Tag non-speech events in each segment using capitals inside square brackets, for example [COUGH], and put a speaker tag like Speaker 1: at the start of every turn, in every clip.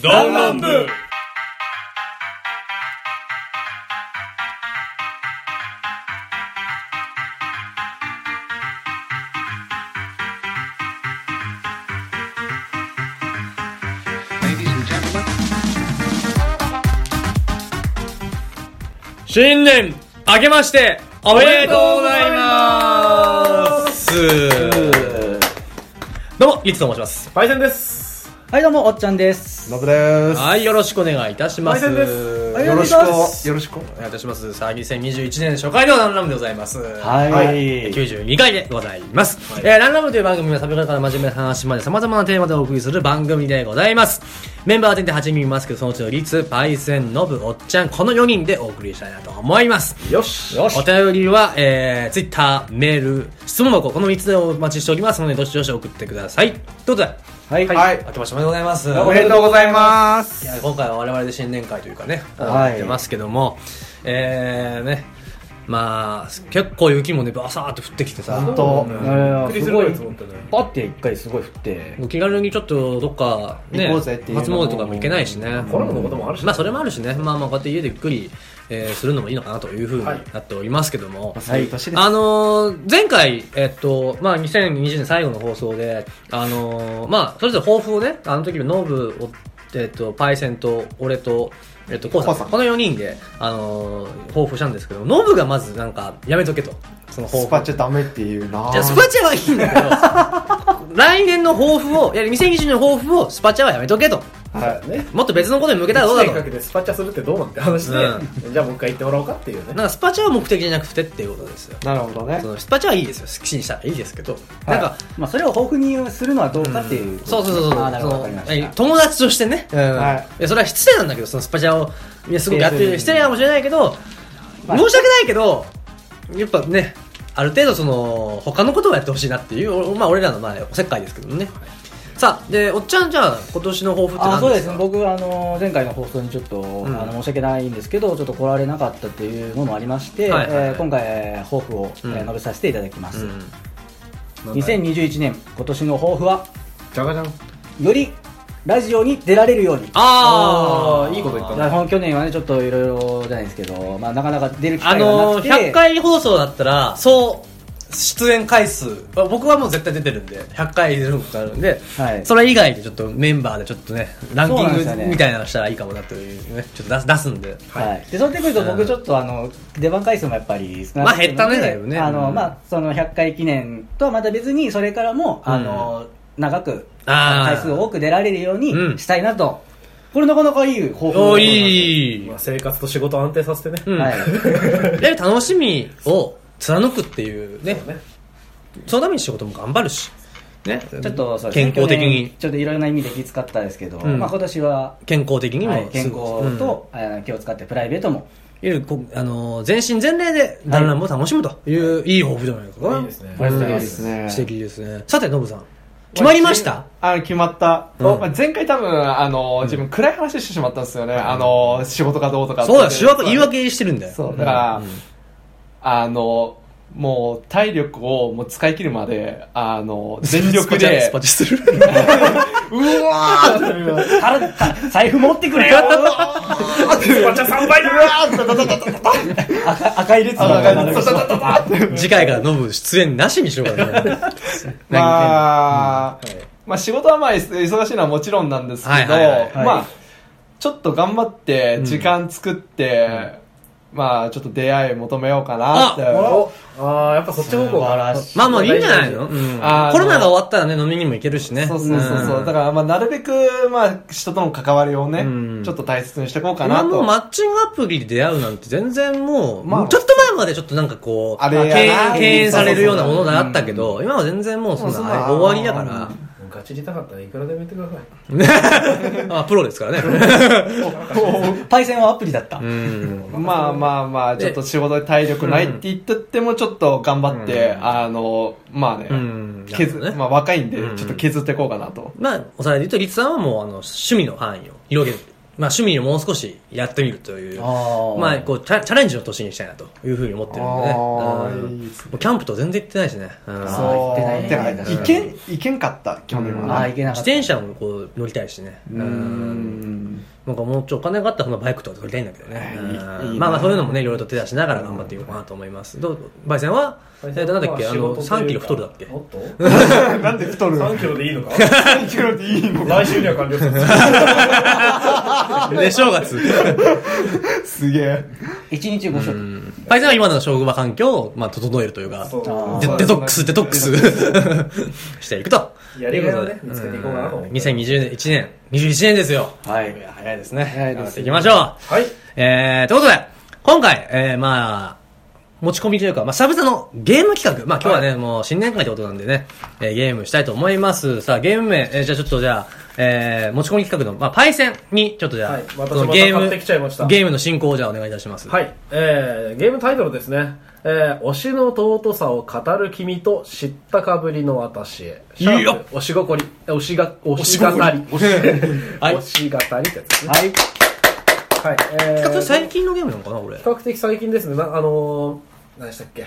Speaker 1: 弾丸部
Speaker 2: 新年明けましておめでとうございますどうも、リツと申します。
Speaker 1: パイセンです
Speaker 3: はい、どうも、おっちゃんです。
Speaker 4: ノブです。
Speaker 2: はい、よろしくお願いいたします。
Speaker 1: パイセンです
Speaker 3: あり
Speaker 4: よろ
Speaker 3: がとうご
Speaker 4: し
Speaker 3: ざいます
Speaker 4: く、よろしく。
Speaker 2: お願いいたします。さあ、2021年初回のランラムでございます。
Speaker 3: はい。
Speaker 4: はい
Speaker 2: 92回でございます。えーランラムという番組はサブカルから真面目な話まで様々なテーマでお送りする番組でございます。メンバーは全体8人いますけど、そのうちのリツ、パイセン、ノブ、おっちゃん、この4人でお送りしたいなと思います。
Speaker 1: よし
Speaker 2: お便りは、えー、ツイッター、メール、質問箱、この3つでお待ちしておりますので、どしどし送ってください。ということで、
Speaker 3: はい。
Speaker 4: は
Speaker 3: はい。
Speaker 4: い
Speaker 2: 明。けましておめでとうございます。
Speaker 4: おめでとうございます。
Speaker 2: いや今回は我々で新年会というかね、
Speaker 3: はい
Speaker 2: やってますけども、えー、ね、まあ、結構雪もね、バサーっと降ってきてさ、
Speaker 4: 本当。
Speaker 3: すごい、パッて一回すごい降って。
Speaker 2: もう気軽にちょっとどっか、ね、
Speaker 4: 行こうぜっていうの
Speaker 2: 初
Speaker 4: も
Speaker 2: 詣とかも行けないしね。
Speaker 1: コロナのこともあるし
Speaker 2: まあそれもあるしね、まあまあこうやって家でゆっくり、えーするのもいいのかなというふうになっておりますけども、
Speaker 4: そういう年です。
Speaker 2: あのー前回、えっと、まあ、2020年最後の放送で、あのーまあ、それぞれ抱負をね、あの時のノブを、えっと、パイセンと、俺と、えっと、コウさ
Speaker 4: コ
Speaker 2: ん、
Speaker 4: ウさん
Speaker 2: この4人で、あのー抱負したんですけど、ノブがまずなんか、やめとけと。その抱
Speaker 4: ス
Speaker 2: 負
Speaker 4: パ。チャダメっていうな。
Speaker 2: じゃあスパチャはいいんだけ
Speaker 4: [LAUGHS]
Speaker 2: ど、来年の抱負を、いや、2020年の抱負を、スパチャはやめとけと。
Speaker 4: はい。
Speaker 1: ね
Speaker 2: もっと別のことに向けたらどうだ
Speaker 1: 1
Speaker 2: と
Speaker 1: 年。かけてスパチャするってどうなんて話で、じゃあもう一回言ってもらおうかっていう
Speaker 2: な
Speaker 1: ね
Speaker 2: んか、スパチャは目的じゃなくてっていうことですよ。
Speaker 4: なるほどね
Speaker 2: そ。のスパチャはいいですよ。好きにしたらいいですけど。
Speaker 4: はい
Speaker 2: なんか、
Speaker 3: まあ、それを豊富にするのはどうかっていう。
Speaker 2: そうそうそうそう
Speaker 3: あーなるほど、わかりま
Speaker 2: え
Speaker 3: し
Speaker 2: 友達としてね、うん
Speaker 4: はい
Speaker 2: やそれは失礼なんだけどそのスパチャをいやすごくやって
Speaker 4: い
Speaker 2: る
Speaker 4: や
Speaker 2: 失礼かもしれないけど、
Speaker 3: まあ。
Speaker 2: 申し訳ないけどやっぱねある程度その他のことをやってほしいなっていうおまあ俺らのまあおせっかいですけどね、さあでおっちゃんじゃあ今年の抱負ったて
Speaker 3: あー、
Speaker 2: 何
Speaker 3: そう
Speaker 2: で
Speaker 3: ですす
Speaker 2: か
Speaker 3: ね。僕、あの、前回の放送にちょっと、
Speaker 2: ん
Speaker 3: あの、申し訳ないんですけど、ちょっと来られなかったっていうのもありまして、え
Speaker 2: はいはいはい
Speaker 3: ー今回、えー抱負をえ
Speaker 2: うん
Speaker 3: ー述べさせていただきます。
Speaker 2: うん
Speaker 3: 2021年、今年の抱負は、
Speaker 4: じゃがじゃん。
Speaker 3: よりラジオに出られるように。
Speaker 4: あ
Speaker 2: ああ
Speaker 4: ーいいこと言った
Speaker 3: だからこの去年はね、ちょっといろいろじゃないですけど、まあ、なかなか出る機
Speaker 2: あ
Speaker 3: 会がな
Speaker 2: の
Speaker 3: く
Speaker 2: ー、
Speaker 3: て、
Speaker 2: 100回放送だったら、そう、出演回数、僕はもう絶対出てるんで、100回出ることあるんで、
Speaker 3: はい
Speaker 2: それ以外でちょっとメンバーでちょっとね、ランキ
Speaker 3: そうなん
Speaker 2: ン
Speaker 3: ですよ
Speaker 2: グ
Speaker 3: ね
Speaker 2: みたいなのしたらいいかもなというね、ちょっと出す出すんで。
Speaker 3: はい、でそうなってくると
Speaker 2: うん
Speaker 3: 僕ちょっとあの出番回数もやっぱり少なくて
Speaker 2: まあ減ったねだいぶね
Speaker 3: あ
Speaker 2: う
Speaker 3: の
Speaker 2: ん
Speaker 3: まあその100回記念とはまた別にそれからも
Speaker 2: うん
Speaker 3: あの長く
Speaker 2: あー
Speaker 3: 回数を多く出られるように
Speaker 2: うん
Speaker 3: したいなとこれなかなかいい方法だと
Speaker 2: お
Speaker 3: 思
Speaker 2: ー
Speaker 3: います
Speaker 2: いい
Speaker 1: まあ、生活と仕事を安定させ
Speaker 2: [LAUGHS]
Speaker 1: てね、
Speaker 2: うん。
Speaker 3: はい
Speaker 2: やっぱり楽しみを貫くってい
Speaker 4: [LAUGHS]
Speaker 2: うね、
Speaker 1: ね
Speaker 2: そのために仕事も頑張るし、ね、
Speaker 3: ちょっとそうです
Speaker 2: 健
Speaker 3: ね
Speaker 2: 康的
Speaker 3: 去年
Speaker 2: に、
Speaker 3: ちょっといろいろな意味で気使ったですけど、
Speaker 2: うん
Speaker 3: まあ、今年は、
Speaker 2: 健康的にも、
Speaker 3: はい、健康
Speaker 2: うん
Speaker 3: と、あの気を使ってプライベートも
Speaker 2: いわゆるこうあのー全身全霊で団らんも楽しむという、い、い抱負じゃないですか。
Speaker 1: いいですね
Speaker 3: ありがとうございま
Speaker 4: ですね。
Speaker 2: 素敵ですね。さて、ノブさん。決まりました
Speaker 4: あの、決まった。
Speaker 2: うん
Speaker 5: おまあ前回多分、あの、自分暗い話してしまったんですよね。あの、仕事がどうとかって
Speaker 2: そうだ、仕訳、言い
Speaker 5: そう
Speaker 2: 訳してるんだよ。
Speaker 5: そう、だから、あの、もう体力をもう使い切るまで、あの、全力
Speaker 2: ス
Speaker 5: で
Speaker 2: パ、チャスパチャする。
Speaker 5: うわ
Speaker 3: 体 [LAUGHS] 財布持ってくれよ
Speaker 1: スパチャ3倍だ
Speaker 3: 赤赤い列の中に並ぶ人
Speaker 5: ー
Speaker 2: [LAUGHS] 次回からノブ出演なしにしようか
Speaker 5: [LAUGHS]
Speaker 2: な。
Speaker 5: まあ、まあ仕事はまあ忙しいのはもちろんなんですけど、
Speaker 2: はいはいはい
Speaker 3: はい
Speaker 5: まあ、ちょっと頑張って、時間作って、まあちょっと出会い求めようかなって。
Speaker 1: おああやっぱそっち方向が
Speaker 2: まあまあいいんじゃないのうん
Speaker 5: あの
Speaker 2: コロナが終わったらね、飲みにも行けるしね。
Speaker 5: そうそうそうそう、
Speaker 2: ん
Speaker 5: だから、まあ、なるべく、まあ、人との関わりをね、
Speaker 2: うん
Speaker 5: ちょっと大切にしていこうかな
Speaker 2: 今も
Speaker 5: と。
Speaker 2: うマッチングアプリで出会うなんて全然もう、
Speaker 5: まあ
Speaker 2: ちょっと前までちょっとなんかこう、
Speaker 5: あれやな
Speaker 2: 敬遠敬遠されるようなものがあったけど、今は全然もうそんな
Speaker 5: もうそんな
Speaker 2: 終わりだから、
Speaker 5: [LAUGHS]
Speaker 1: ガチ出たかったらいくらでも言ってください
Speaker 2: まあプロですからね。
Speaker 5: [LAUGHS]
Speaker 3: パイセンはアプリだった、
Speaker 2: うん
Speaker 5: まあまあまあ、ちょっと仕事で体力ないって言ってっても、ちょっと頑張って、あの、まあね、
Speaker 2: うんなる
Speaker 5: 削
Speaker 2: ほどね
Speaker 5: まあ若いんで
Speaker 2: うん、
Speaker 5: ちょっと削っていこうかなと。
Speaker 2: まあ、おさらいで言うと、リツさんはもう、あの、趣味の範囲を広げる。まあ、趣味をもう少しやってみるという、
Speaker 3: あー
Speaker 2: まあ、こうチャ、チャレンジの年にしたいなというふうに思ってるんでね。
Speaker 5: あー
Speaker 2: うん
Speaker 5: いいですね
Speaker 2: もうキャンプと全然行ってないしね。うん
Speaker 3: あー行ってないね
Speaker 5: てか、いけん、いけんかった、去年
Speaker 3: あ
Speaker 5: は
Speaker 3: あ
Speaker 5: ね。
Speaker 3: いけなか
Speaker 2: 自
Speaker 3: った
Speaker 2: 転車もこう乗りたいしね。うん
Speaker 5: うん
Speaker 2: なんかもうちょいお金があったらそのバイクとか取りたいんだけどね。
Speaker 5: いい
Speaker 2: うん
Speaker 5: いい
Speaker 2: まあまあそういうのもね、いろいろと手出しながら頑張っていこうかなと思います。どう、バイセンはえっと、なんだっけ、あの、3キロ太るだっけ
Speaker 1: もっと
Speaker 4: [LAUGHS]
Speaker 1: [LAUGHS]
Speaker 4: なんで太るの
Speaker 1: 3キロでいいの
Speaker 4: [LAUGHS]
Speaker 1: か
Speaker 4: ?3 キロでいいの
Speaker 5: [LAUGHS]
Speaker 1: 来週には完了する
Speaker 2: で、正月。
Speaker 4: すげえ。
Speaker 3: 一日5食、
Speaker 2: バイセンは今の職場環境を、まあ、整えるというか、
Speaker 1: そう
Speaker 2: デ
Speaker 4: そう
Speaker 2: デトックス、デトックス [LAUGHS] していくと。
Speaker 1: やりがいをね
Speaker 2: とうことで
Speaker 1: 見つけていこうかなと思って
Speaker 2: うん2020年、1年、21年ですよ。
Speaker 3: はい
Speaker 2: や早いですね。
Speaker 3: 早いですね
Speaker 2: 頑張っていきましょう。
Speaker 1: はい
Speaker 2: えー、ということで、今回、えー、まあ、持ち込みというか、まあ、久々のゲーム企画。まあ、今日はね、もう新年会ってことなんでね、えーゲームしたいと思います。さあ、ゲーム名、えーじゃあちょっとじゃあ、えー、持ち込み企画の、まあ、パイセンに、ちょっとじゃあ、
Speaker 1: はい私また
Speaker 2: そのゲー
Speaker 1: 買
Speaker 2: ム、
Speaker 1: ってきちゃいました
Speaker 2: ゲームの進行をじゃあお願いいたします。
Speaker 1: はい、えー、ゲームタイトルですね、えー、推しの尊さを語る君と知ったかぶりの私へ
Speaker 2: いいよ
Speaker 1: シャープ推しごこり推しが推し語り推し
Speaker 2: はい
Speaker 1: 推し語りってやつですね
Speaker 3: はい
Speaker 1: はい、え
Speaker 2: 比較
Speaker 1: ー、
Speaker 2: 的最
Speaker 1: 比
Speaker 2: 近のゲームなのかな、これ。
Speaker 1: 較的最近ですねなあのー、何でしたっけ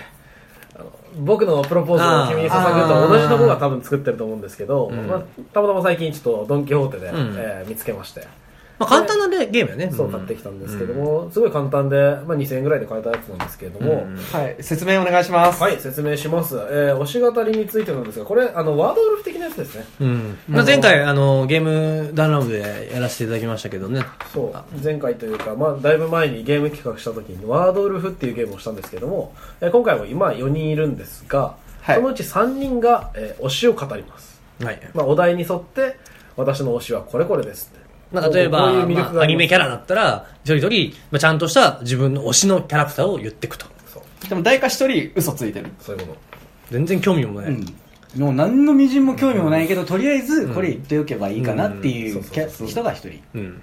Speaker 1: あの僕のプロポーズを君に捧ぐと同じとこが多分作ってると思うんですけど、まあ、たまたま最近ちょっとドン・キホーテで、
Speaker 2: ん
Speaker 1: えー見つけまして
Speaker 2: まあ、簡単なねゲームだね。
Speaker 1: そう買ってきたんですけども、すごい簡単で、まあ、2000円ぐらいで買えたやつなんですけれども、
Speaker 5: はい、説明お願いします。
Speaker 1: はい、説明します。えー、推し語りについてなんですが、これ、あの、ワードウルフ的なやつですね。
Speaker 2: うん。まあ、前回、あの、ゲームダウンロードでやらせていただきましたけどね。
Speaker 1: そう、前回というか、まあ、だいぶ前にゲーム企画した時に、ワードウルフっていうゲームをしたんですけども、えー今回も今4人いるんですが、
Speaker 5: はい
Speaker 1: そのうち3人が、えー推しを語ります。
Speaker 2: はい。
Speaker 1: まあ、お題に沿って、私の推しはこれこれですって。
Speaker 2: まあ、例えば、
Speaker 1: こういう魅力があります
Speaker 2: まあアニメキャラだったら、一人一人、まあ、ちゃんとした自分の推しのキャラクターを言っていくと。
Speaker 1: そう、
Speaker 5: でも、誰か一人嘘ついてる。
Speaker 1: そういうこ
Speaker 2: 全然興味もない。
Speaker 3: うん、もう何のみじんも興味もないけど、とりあえずこれ言っておけばいいかなってい
Speaker 1: うん
Speaker 3: うキャ人が一人
Speaker 2: うん。
Speaker 1: と。っ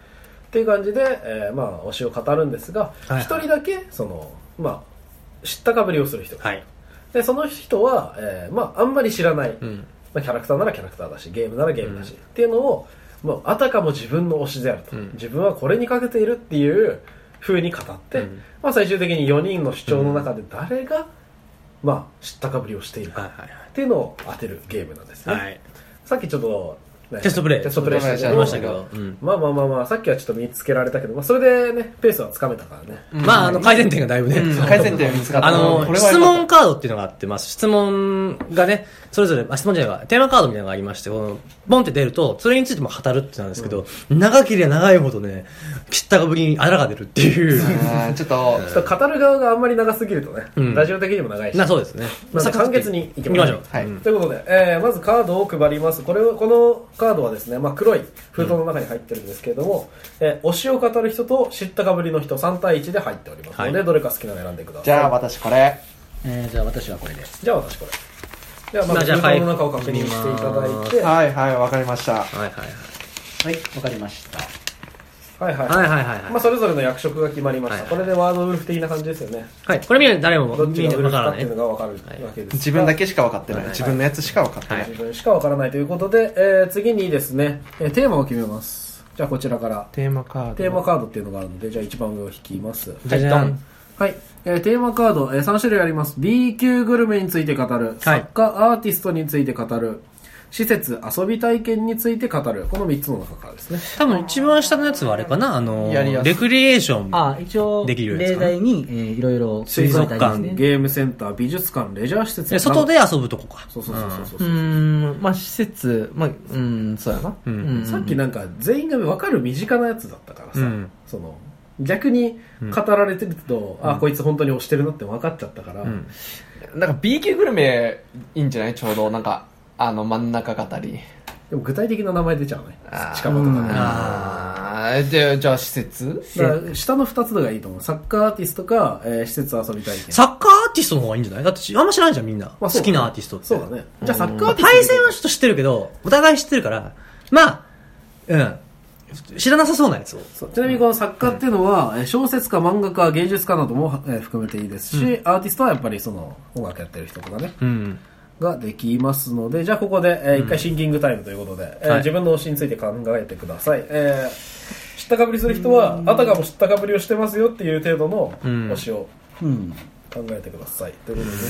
Speaker 1: ていう感じで、えーまあ、推しを語るんですが、一、
Speaker 2: はいはい
Speaker 1: 人だけ、その、まあ、知ったかぶりをする人。
Speaker 2: はい。
Speaker 1: で、その人は、えーまあ、あんまり知らない。
Speaker 2: うん。
Speaker 1: まあ、キャラクターならキャラクターだしゲームならゲームだし、っていうのを、まあ、あたかも自分の推しであると、
Speaker 2: うん
Speaker 1: 自分はこれにかけているっていう風に語って、
Speaker 2: うん
Speaker 1: まあ、最終的に4人の主張の中で誰が、まあ、知ったかぶりをしている
Speaker 2: は
Speaker 1: か
Speaker 2: いは
Speaker 1: っていうのを当てるゲームなんです
Speaker 2: い
Speaker 1: ね、
Speaker 2: はい。はい。
Speaker 1: さっきちょっと、ね
Speaker 2: テストプレイ
Speaker 1: テストプレイした
Speaker 5: テス
Speaker 2: や
Speaker 5: ト
Speaker 2: りま
Speaker 5: プレイ
Speaker 2: したけ
Speaker 5: やり
Speaker 2: ど。うん。
Speaker 1: まあまあまあまあさっきはちょっと見つけられたけど、まあ、それでねペースはつかめたからね、
Speaker 2: まあ、あの、改善点がだいぶね。
Speaker 5: 改善点見つかった。
Speaker 2: あの
Speaker 5: こ、れは
Speaker 2: 質
Speaker 5: よか
Speaker 2: 問
Speaker 5: っ
Speaker 2: カードっていうのがあってます。質問がね、それぞれ、あ、質問じゃないわ、テーマカードみたいなのがありまして、この、ボンって出ると、それについても語るってなんですけど、長ければ長いほどね、切ったかぶりにあらが出るっていう。 [LAUGHS]
Speaker 5: た。あーちょっと、
Speaker 1: ちょっと語る側があんまり長すぎるとね、
Speaker 2: うん
Speaker 1: ラジオ的にも長いし
Speaker 2: な、そうですね。
Speaker 1: まあ、簡潔にいきましょう。
Speaker 5: はい
Speaker 1: うんということで、えーまずカードを配ります。これを、このカードはですね、まあ、黒い封筒の中に入ってるんですけれども、えー推しを語る人と知ったかぶりの人3対1で入っておりますので、
Speaker 2: はい
Speaker 1: どれか好きなの選んでください。
Speaker 5: じゃあ、私これ。
Speaker 3: えー、じゃあ私はこれです
Speaker 1: じゃあ私これ。ではま
Speaker 2: まあ
Speaker 1: ず
Speaker 2: じゃあ
Speaker 1: 封筒の中を確認していただいて、は
Speaker 5: はいはい、わかりました。
Speaker 2: はいはい
Speaker 3: はいわかりました
Speaker 1: いはい。
Speaker 2: はい。はいはいはい
Speaker 1: まあ、
Speaker 2: はい。
Speaker 1: それぞれの役職が決まりました。
Speaker 2: はい
Speaker 1: これでワードウルフ的な感じですよね。
Speaker 2: はい。これ見ると誰も
Speaker 1: どっち
Speaker 2: 見
Speaker 1: が
Speaker 2: る
Speaker 1: ウ
Speaker 2: わ
Speaker 1: ルフ
Speaker 2: から
Speaker 1: かっ
Speaker 2: な
Speaker 1: てい。
Speaker 2: いう
Speaker 1: のがわかるわけです。
Speaker 5: 自分だけしか分かってない。
Speaker 2: はい
Speaker 5: 自分のやつしか分かってない。
Speaker 1: 自分しかわからないということで、えー次にですね、えーテーマを決めます。じゃあこちらから。
Speaker 5: テーマカード。
Speaker 1: テーマカードっていうのがあるので、じゃあ一番上を引きます。
Speaker 2: じゃじゃん。
Speaker 1: はい。えーテーマカード、えー3種類あります。B 級グルメについて語る。作家、アーティストについて語る。施設、遊び体験について語る。この3つの中からですね。
Speaker 2: 多分一番下のやつはあれかなあの
Speaker 5: やりや、すい
Speaker 2: レクリエーション。
Speaker 3: あ一応
Speaker 2: できるやつ
Speaker 3: 例
Speaker 2: かな
Speaker 3: 題に、えー、いろいろ
Speaker 1: 水族
Speaker 3: 書いてあ
Speaker 1: 館、
Speaker 3: りますね
Speaker 1: ゲームセンター、美術館、レジャー施設
Speaker 2: で
Speaker 1: など
Speaker 2: 外。で遊ぶとこか。
Speaker 1: そうそうそうそうそう
Speaker 5: うーん、まあ施設、まあ、うーん、そうやな。
Speaker 2: ん
Speaker 5: うん
Speaker 1: さっきなんか全員が分かる身近なやつだったからさ、
Speaker 2: うん
Speaker 1: その逆に語られてると、あ、こいつ本当に押してるなって分かっちゃったから、
Speaker 2: ん
Speaker 5: なんか B 級グルメいいんじゃないちょうどなんかあの真ん中語り
Speaker 1: でも具体的な名前出ちゃうね
Speaker 5: あ。ー
Speaker 1: 近場とかね。
Speaker 5: ああじゃあじゃあ施設
Speaker 1: だから下の2つのがいいと思うサッカーアーティストか、えー施設遊び体験
Speaker 2: サッカーアーティストの方がいいんじゃないだってあんま知らないじゃんみんな。好
Speaker 1: まあそうだね
Speaker 2: きなアーティストって。
Speaker 1: そうだねじゃあサッカー
Speaker 2: ま
Speaker 1: ア
Speaker 2: あ、
Speaker 1: ーティスト
Speaker 2: 対戦はちょっと知ってるけど、お互い知ってるから、まあ、うん。知らなさそうなやつを。
Speaker 1: そうちなみにこの作家っていうのは、えー小説家漫画家芸術家なども、えー含めていいですし、アーティストはやっぱりその音楽やってる人とかね
Speaker 2: うん。
Speaker 1: ができますのでじゃあここで、えー一回シンキングタイムということで、えー
Speaker 2: はい
Speaker 1: 自分の推しについて考えてください、えー知ったかぶりする人はあたかも知ったかぶりをしてますよっていう程度の
Speaker 2: うん
Speaker 1: 推しを
Speaker 3: うん
Speaker 1: 考えてください、ということでね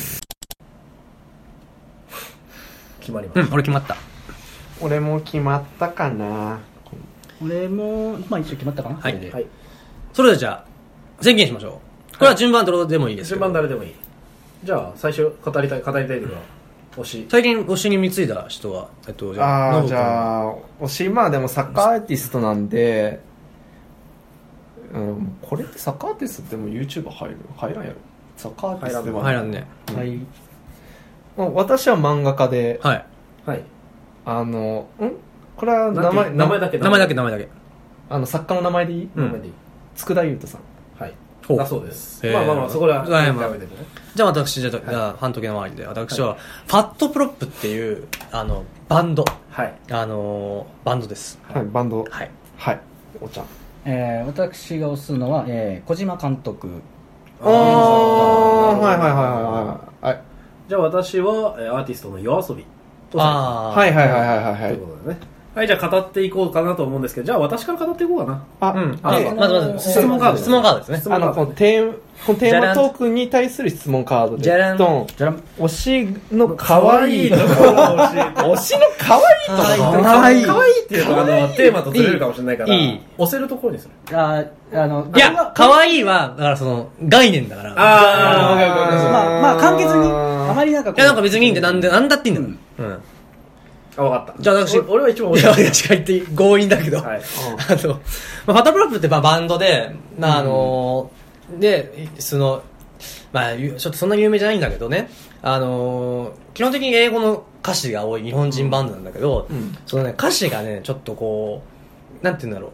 Speaker 1: [LAUGHS] 決まりま
Speaker 2: う
Speaker 1: し
Speaker 2: ん、
Speaker 1: た、
Speaker 2: 俺決まった。
Speaker 5: 俺も決まったかな
Speaker 3: 俺も、まあ一応決まったかな。
Speaker 2: はい
Speaker 3: これで
Speaker 1: はい。
Speaker 2: それではじゃあ、宣言しましょう。これは順番どれでもいいですけ
Speaker 1: 順
Speaker 2: ど。
Speaker 1: 番誰でもいい。じゃあ、最初、語りたい、語りたいのが、推し。
Speaker 2: 最近推しに貢いだ人は、えっと、じ
Speaker 5: あ
Speaker 2: ノ
Speaker 5: あ
Speaker 2: ブ
Speaker 5: じ
Speaker 2: 君
Speaker 5: ゃあ推しまあでもサッカーアーティストなんで、うん、これってサッカーアーティストってもう YouTuber 入る入らんやろサッカーアーティストではな
Speaker 2: 入
Speaker 5: い
Speaker 2: らんね。
Speaker 3: はい。
Speaker 5: まあ私は漫画家で
Speaker 2: はい。
Speaker 1: はい。
Speaker 5: あのんこれは
Speaker 1: な
Speaker 5: 名
Speaker 1: んて
Speaker 5: 前
Speaker 1: 名前だけ
Speaker 2: 名前だけ、
Speaker 1: け。
Speaker 2: 名前だけ。
Speaker 5: あの作家の名前でいい、
Speaker 1: 名前でいい。
Speaker 5: 佃裕太さん
Speaker 1: はい。
Speaker 2: ほう
Speaker 1: だそうです。
Speaker 2: へー
Speaker 1: まあまあまあ、そこら、
Speaker 2: はいまあ
Speaker 1: やめてね。
Speaker 2: じゃあ私、じゃあ、じゃあファントケの周りで、私は、ファットプロップっていう、あの、バンド。
Speaker 1: はい。
Speaker 2: あのー、バンドです。
Speaker 5: はいバンド
Speaker 2: はい。
Speaker 5: はいお茶
Speaker 3: えー私が推すのは、えー小島監督。
Speaker 5: ああはいはいはいはい
Speaker 1: じゃあ、私は、えーアーティストの夜遊び。
Speaker 2: あー
Speaker 5: はいはいはいはいはいは
Speaker 1: という
Speaker 5: い
Speaker 1: ことでね。はい、じゃあ語っていこうかなと思うんですけど、じゃあ私から語っていこうかな。
Speaker 5: あ、
Speaker 2: うん。
Speaker 1: あ
Speaker 2: あ
Speaker 1: そう
Speaker 2: まずまず、
Speaker 1: 質問カード
Speaker 2: 質問カードですね。
Speaker 1: 質問
Speaker 5: あの、このテーマ、このテーマトークに対する質問カードで。
Speaker 2: じゃらん
Speaker 5: ドン
Speaker 3: じゃらん。
Speaker 5: 推しの可愛いところ。推しの可愛いとこ
Speaker 2: 可愛い
Speaker 1: 可愛い
Speaker 5: 可愛い
Speaker 1: っていうのは、あの、テーマとずれるかもしれないから、
Speaker 2: いい
Speaker 1: 押せるところにする。
Speaker 3: あーあの、
Speaker 2: いや、可愛いは、だからその、概念だから。
Speaker 1: あ
Speaker 3: まあ、まあ、簡潔に、あまりなんかこ
Speaker 2: いや、なんか別にいいんだよなんで、なんだっていいんだよ。うん。
Speaker 1: あ、わかった。
Speaker 2: じゃあ私
Speaker 1: お俺は一番
Speaker 2: い
Speaker 1: 面
Speaker 2: や、
Speaker 1: 白い。
Speaker 2: 私が言って強引だけど。
Speaker 1: はい。
Speaker 2: あの、まあ、ファタプロップってまあバンドで、まああので、その、まあ、ゆちょっとそんなに有名じゃないんだけどね、あの基本的に英語の歌詞が多い日本人バンドなんだけど、そのね、歌詞がね、ちょっとこう、なんて言うんだろう。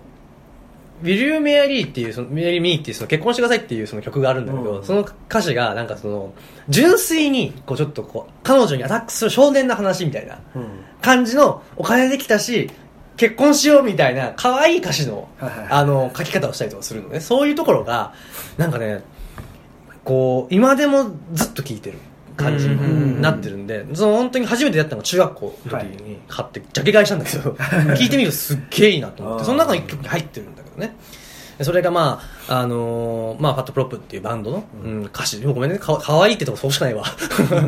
Speaker 2: ウィル・メアリーっていう、そのメアリー・ミーっていう、その結婚してくださいっていうその曲があるんだけど、
Speaker 1: うん
Speaker 2: その歌詞がなんかその、純粋に、こうちょっとこう、彼女にアタックする少年の話みたいな。
Speaker 1: うん。
Speaker 2: 感じのお金できたし結婚しようみたいな可愛い歌詞の
Speaker 1: はいはい
Speaker 2: あの書き方をしたりとかするのねそういうところがなんかねこう今でもずっと聴いてる感じになってるんでその本当に初めてやったのが中学校の時に買ってジャケ買いしたんだけ
Speaker 1: [LAUGHS]
Speaker 2: ど聞いてみるとすっげえいいなと思っ
Speaker 1: あ
Speaker 2: て
Speaker 1: ー
Speaker 2: その中の一曲に入ってるんだけどねそれがまあ、あのーまあ、ファットプロップっていうバンドの、うん、歌詞、ごめんね、か可愛いってとこそうしか
Speaker 1: [LAUGHS]
Speaker 2: ないわ。
Speaker 1: い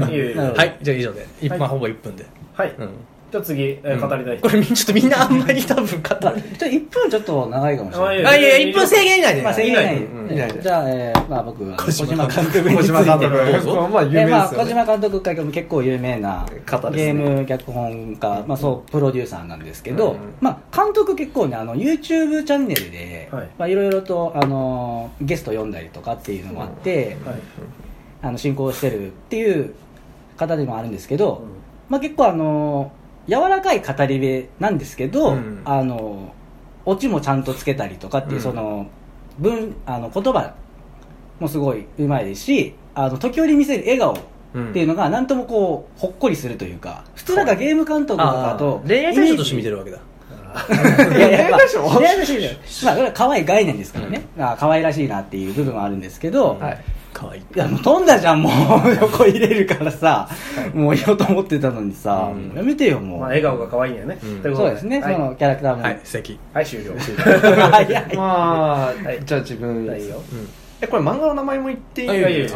Speaker 1: えいえいえ
Speaker 2: は。い、じゃあ以上で。一分
Speaker 1: はい
Speaker 2: ほぼ1分で。
Speaker 1: はい。
Speaker 2: うん。
Speaker 1: じゃあ次、えー語りたい人
Speaker 2: こ。れみちょっとみんなあんまり多分語る。
Speaker 3: ちょっと1分ちょっと長いかもしれない。
Speaker 1: 長
Speaker 2: あ、いやいや、1分制限以内で。
Speaker 3: まあ、制限内
Speaker 5: うん
Speaker 3: で
Speaker 5: いないで
Speaker 3: じゃあ、えーまあ僕は小島監督について。
Speaker 5: 小島監督。
Speaker 2: どうぞ
Speaker 5: まあ、有
Speaker 3: え
Speaker 5: 名
Speaker 3: ー
Speaker 5: で
Speaker 3: まあ、
Speaker 5: すよ
Speaker 3: 小
Speaker 5: ね。
Speaker 3: 島監督が結構有名な
Speaker 5: 方です
Speaker 3: ゲ
Speaker 5: ね
Speaker 3: ーム脚本家、まあ、そうプロデューサーなんですけど、
Speaker 5: うん
Speaker 3: まあ、監督結構ねあの YouTube チャンネルで、
Speaker 1: はい
Speaker 3: いまあ、いろいろとあのゲスト呼んだりとかっていうのもあって、
Speaker 1: はい。
Speaker 3: あの進行してるっていう方でもあるんですけど、
Speaker 1: うん
Speaker 3: まあ、結構あの柔らかい語り部なんですけど、
Speaker 2: うん
Speaker 3: あのオチもちゃんとつけたりとかっていう、
Speaker 2: うん
Speaker 3: その文あの言葉もすごいうまいですしあの時折見せる笑顔っていうのが何ともこうほっこりするというか普通なんかゲーム監督とかだと
Speaker 2: 恋愛対象として見て
Speaker 3: る
Speaker 2: るわけだ。
Speaker 3: いやいや、まあ、
Speaker 5: 恋愛対象
Speaker 3: 恋愛対象 [LAUGHS] ですまあこれは可愛い概念ですからね、まあ可愛らしいなっていう部分はあるんですけど、
Speaker 5: はい。
Speaker 2: かわいい。
Speaker 3: いやもう飛んだじゃんもう [LAUGHS] 横入れるからさもう言おうと思ってたのにさ、
Speaker 2: うん
Speaker 3: やめてよもう、
Speaker 1: まあ、笑顔が可愛いんだよね。
Speaker 2: うん
Speaker 1: といこと
Speaker 3: そうですね、
Speaker 1: はい
Speaker 3: そのキャラクターも、
Speaker 2: はい、素敵。
Speaker 1: はい、終了。
Speaker 3: 早い
Speaker 5: まあ
Speaker 1: い、
Speaker 5: じゃあ自分
Speaker 1: はいいいよ。
Speaker 5: え、これ漫画の名前も言っていい
Speaker 1: あいいよいいよ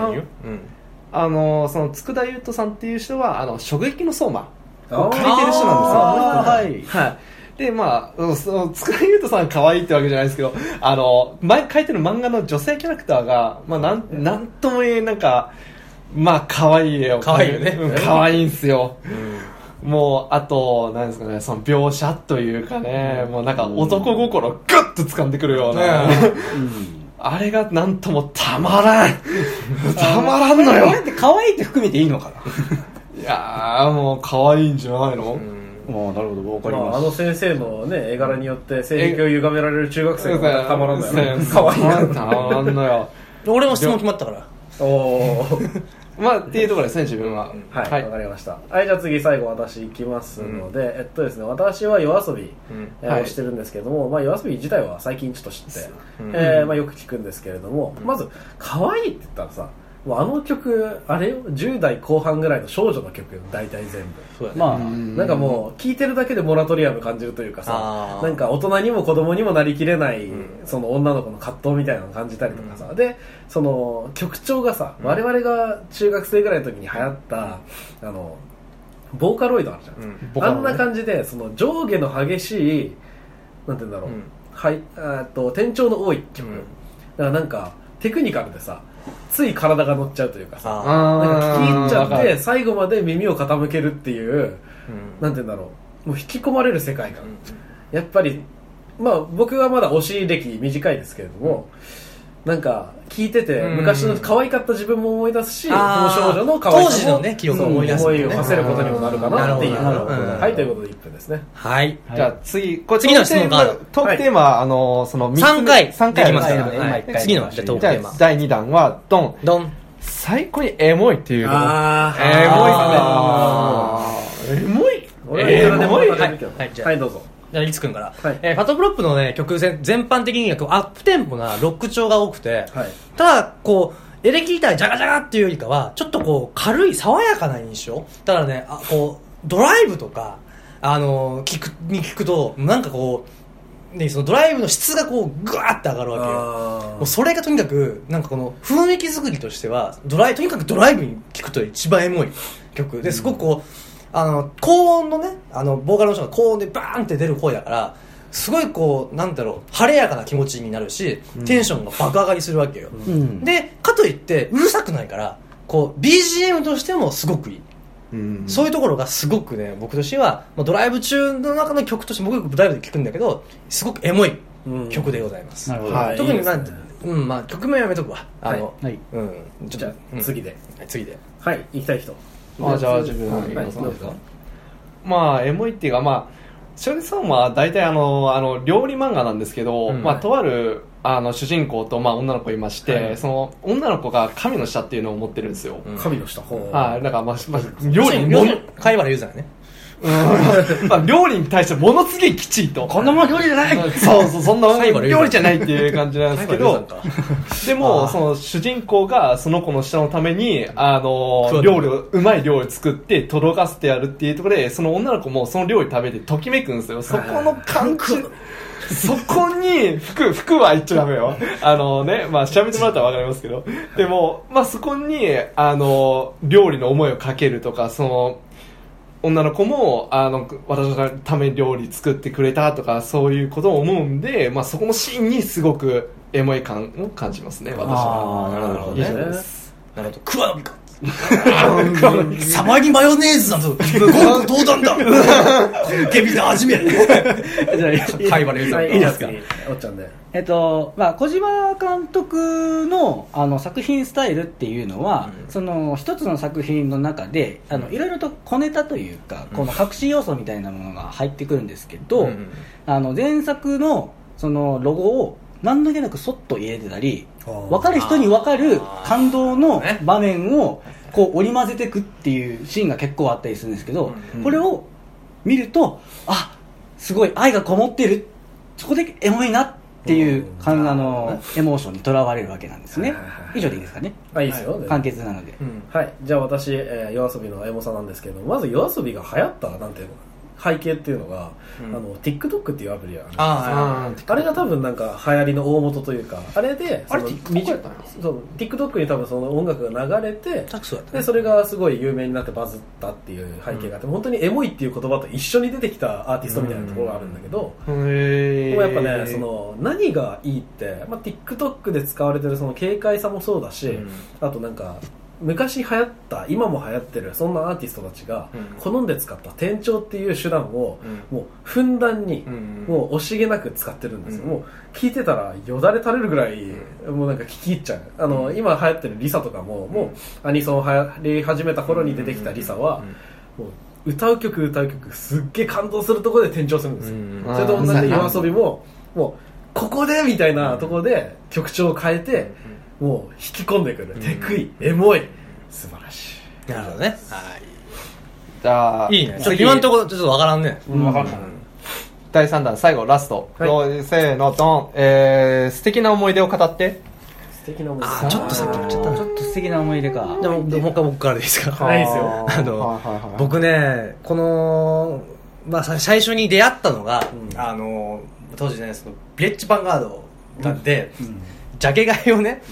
Speaker 5: ああの、その、佃裕太さんっていう人は、あの、衝撃の相馬。
Speaker 1: あ
Speaker 5: 借りてる人
Speaker 3: あー
Speaker 5: な
Speaker 3: は
Speaker 5: んで
Speaker 3: い
Speaker 5: すよ。はい。で、まあ、その、つくゆうとさん可愛いってわけじゃないですけど、あの、前書いてる漫画の女性キャラクターが、まあ、なん、なんとも言えん、なんか、まあ、可愛い絵を描く。
Speaker 2: 可愛いよね
Speaker 5: うん可愛いんすよ。もう、あと、なんですかね、その描写というかね、もうなんか男心をグッと掴んでくるような、あれがなんともたまらんたまらんのよ
Speaker 3: これって可愛いって含めていいのか
Speaker 5: いやー、もう可愛いんじゃないの、
Speaker 3: なもうなるほどわか
Speaker 1: まあ、あの先生のね、絵柄によって性癖を歪められる中学生がたまらんだよね。
Speaker 5: か
Speaker 1: 可
Speaker 5: わ
Speaker 1: 愛いな。
Speaker 5: [LAUGHS] いたまらんのよ。
Speaker 2: 俺も質問決まったから。
Speaker 1: おー。
Speaker 5: まあ、っていうところですね、自分は。
Speaker 1: はい、わ、かりました。はい、じゃあ次最後私行きますので、えっとですね、私は夜遊び、えー
Speaker 5: はい
Speaker 1: をしてるんですけれども、まあ夜遊び自体は最近ちょっと知って、えーまあよく聞くんですけれども、まず、可愛いって言ったらさ、もうあの曲、あれよ10代後半ぐらいの少女の曲よ、大体全部。
Speaker 2: そうだね。
Speaker 3: まあ、
Speaker 1: なんかもう、聴いてるだけでモラトリアム感じるというかさ
Speaker 2: あ、ー
Speaker 1: なんか大人にも子供にもなりきれない、その女の子の葛藤みたいなのを感じたりとかさ、で、その曲調がさ、我々が中学生ぐらいの時に流行った、あの、ボーカロイドあるじゃん。
Speaker 2: うん
Speaker 5: ボカ
Speaker 1: あ
Speaker 5: ロね
Speaker 1: んな感じで、その上下の激しい、なんて言うんだろう、はい、えーっと、転調の多い曲。だからなんか、テクニカルでさ、つい体が乗っちゃうというかさ、
Speaker 2: あ
Speaker 1: なんか聞き入っち
Speaker 5: わ
Speaker 1: ゃ
Speaker 5: か
Speaker 1: っ
Speaker 5: る
Speaker 1: て、最後まで耳を傾けるっていう、なんて言うんだろう、もう引き込まれる世界観。やっぱり、まあ僕はまだ推し歴短いですけれども、なんか聞いてて、昔の可愛かった自分も思い出すし、この
Speaker 2: あー
Speaker 1: 少女の可愛さも
Speaker 2: 当時のね記憶を思い出すもんね
Speaker 1: 思いを馳せることにもなるかなっていう。
Speaker 2: なるほどなるほど
Speaker 1: はい、ということで1分ですね。
Speaker 2: はい。
Speaker 5: じゃあ次、これ
Speaker 2: 次の質問がある
Speaker 5: トークテーマ、あの、その、
Speaker 2: 3回
Speaker 5: 3
Speaker 2: でき
Speaker 5: 回あり
Speaker 2: まか
Speaker 5: ますすからら
Speaker 3: はい
Speaker 2: ね
Speaker 3: はい。
Speaker 2: 次のじゃあトークテ
Speaker 5: じゃ
Speaker 2: ーマ
Speaker 5: あ、。第2弾は、ドン。
Speaker 2: ドン。
Speaker 5: 最高にエモいっていうの
Speaker 1: あ
Speaker 5: エモいっすね
Speaker 2: あ。
Speaker 5: エモい
Speaker 1: 俺はいくらでも
Speaker 2: えー
Speaker 1: 語れるけど
Speaker 2: はいはいじゃあ
Speaker 1: はい、どうぞ。
Speaker 2: じゃあ、リツくんから。
Speaker 1: はい
Speaker 2: えーパトプロップのね、曲全全般的にはこうアップテンポなロック調が多くて、
Speaker 1: はい
Speaker 2: ただ、こう、エレキギタージャガジャガっていうよりかは、ちょっとこう、軽い、爽やかな印象。だからね、あこう、ドライブとか、あのー聞く、に聞くと、なんかこう、ね、そのドライブの質がこう、ぐわーって上がるわけよ。もうそれがとにかくなんかこの雰囲気作りとしてはドライとにかくドライブに聴くと一番エモい曲ですごくこうあの高音のねあのボーカルの人が高音でバーンって出る声だからすごいこうなんだろう晴れやかな気持ちになるしテンションが爆上がりするわけよ、
Speaker 3: うん
Speaker 2: でかといってうるさくないからこう BGM としてもすごくいいそういうところがすごくね僕としては、まあ、ドライブ中の中の曲として僕よくドライブで聴くんだけどすごくエモい曲でございます、
Speaker 3: なるほど。
Speaker 1: は
Speaker 3: はい
Speaker 2: 特にまあ
Speaker 1: いいですね
Speaker 2: うんまあ曲名はやめとくわあの、
Speaker 3: い。
Speaker 2: うんち
Speaker 1: じ
Speaker 2: ょ
Speaker 1: ゃ
Speaker 2: っと
Speaker 1: あ、次で。
Speaker 2: はい次で
Speaker 1: はい、行きたい人。
Speaker 5: あじゃあ自分
Speaker 1: はい、どう
Speaker 5: そうです
Speaker 1: ぞ
Speaker 5: か。まあエモいっていうかまあ翔平さんは大体あのあの料理漫画なんですけど、
Speaker 2: うん
Speaker 5: まあ、とあるあの主人公と、まあ、女の子いまして、
Speaker 2: はい
Speaker 5: その女の子が神の舌っていうのを持ってるんですよ、
Speaker 2: うん
Speaker 1: 神の下。ほう
Speaker 5: はいだから、まあまあ、料理に
Speaker 2: 両
Speaker 5: もの
Speaker 2: 親貝原優さんね
Speaker 5: うんまあ料理に対してものすげえきちいと
Speaker 3: こんなもん料理じゃない
Speaker 5: そうそうそんな
Speaker 2: 貝原
Speaker 5: 料理じゃないっていう感じなんですけど
Speaker 2: か
Speaker 5: で
Speaker 2: あー
Speaker 5: もその主人公がその子の舌のためにあの
Speaker 2: 食わない
Speaker 5: 料理をうまい料理を作って届かせてやるっていうところでその女の子もその料理食べてときめくんですよそこの感じそこに服服は言っちゃダメよあのねまあ調べてもらったらわかりますけどでもまあそこにあの料理の思いをかけるとかその女の子もあの私のために料理作ってくれたとかそういうことを思うんで、まあ、そこのシーンにすごくエモい感を感じますね私
Speaker 3: あ
Speaker 5: は
Speaker 3: あ、なるほどね。
Speaker 5: 以上
Speaker 1: ね
Speaker 5: です
Speaker 2: なるほどクワビ [LAUGHS] か [LAUGHS] サバにマヨネーズだぞ [LAUGHS] ゴンどうだんだゲビだ味め
Speaker 3: じゃあいい
Speaker 2: 貝原優さ
Speaker 1: は
Speaker 2: ん
Speaker 1: い、いいです
Speaker 2: か
Speaker 1: か。おっちゃんで。
Speaker 3: えっとまあ、小島監督のあの作品スタイルっていうのは、その一つの作品の中であのいろいろと小ネタというか、この隠し要素みたいなものが入ってくるんですけど、
Speaker 2: うん
Speaker 3: あの前作のそのロゴを何の気なくそっと入れてたり分かる人に分かる感動の場面をこう織り交ぜていくっていうシーンが結構あったりするんですけど、これを見るとあすごい愛がこもってるそこでエモいなっていう感あのエモーションにとらわれるわけなんですね以上でいいですかね
Speaker 1: あ、いいですよ。
Speaker 3: 簡潔なので、
Speaker 1: はい、じゃあ私、えー、夜遊びのエモさなんですけどまず夜遊びが流行ったなんていうの背景っていうのが、あの TikTok っていうアプリあるんですよ
Speaker 2: あ
Speaker 1: あれが多分なんか流行りの大元というかあれで
Speaker 5: あれ
Speaker 1: その
Speaker 5: TikTok やったの
Speaker 1: そう TikTok に多分その音楽が流れて
Speaker 2: あタクソだった
Speaker 1: で
Speaker 2: ね
Speaker 1: それがすごい有名になってバズったっていう背景があって、本当にエモいっていう言葉と一緒に出てきたアーティストみたいなところがあるんだけど、
Speaker 5: へ
Speaker 1: でもやっぱね、そ
Speaker 5: の
Speaker 1: の何がいいって、まあ、TikTok で使われてるその軽快さもそうだし、あとなんか昔流行った今も流行ってるそんなアーティストたちが好んで使った転調っていう手段をもうふんだんにもう惜しげなく使ってるんですよ、もう聞いてたらよだれ垂れるぐらいもうなんか聞き入っちゃうあの、今流行ってるリサとかももうアニソンを流行り始めた頃に出てきたリサはもう歌う曲歌う曲すっげえ感動するところで転調するんですよ、
Speaker 5: うん
Speaker 1: それと同じで夜遊びも、もう、ここでみたいなところで曲調を変えて、もう引き込んでくる。テクイ、エモい。素晴らしい。
Speaker 2: あなるほどねは
Speaker 5: じゃあ
Speaker 2: いいいねちょっと
Speaker 5: 次
Speaker 2: 今のところちょっとわからんね
Speaker 1: うん、わかる
Speaker 5: 第3弾最後ラスト、
Speaker 1: はい
Speaker 5: おいせーのドン、えー、素敵な思い出を語って
Speaker 1: 素敵なもの
Speaker 2: あーちょっとさっき言っちゃった
Speaker 3: ちょっと素敵な思い出か
Speaker 2: じゃあもうもう一回僕からでいいですか
Speaker 1: ないですよ
Speaker 2: あの
Speaker 5: はいはいはい
Speaker 2: 僕ねこの、まあ、さ最初に出会ったのが、あの当時ねそのビレッジヴァンガードなんで、ジャケ買いをね、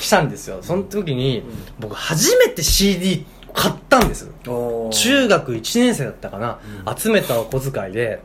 Speaker 2: したんですよその時に、僕初めて CD 買ったんです
Speaker 1: おー
Speaker 2: 中学1年生だったかな、集めたお小遣いで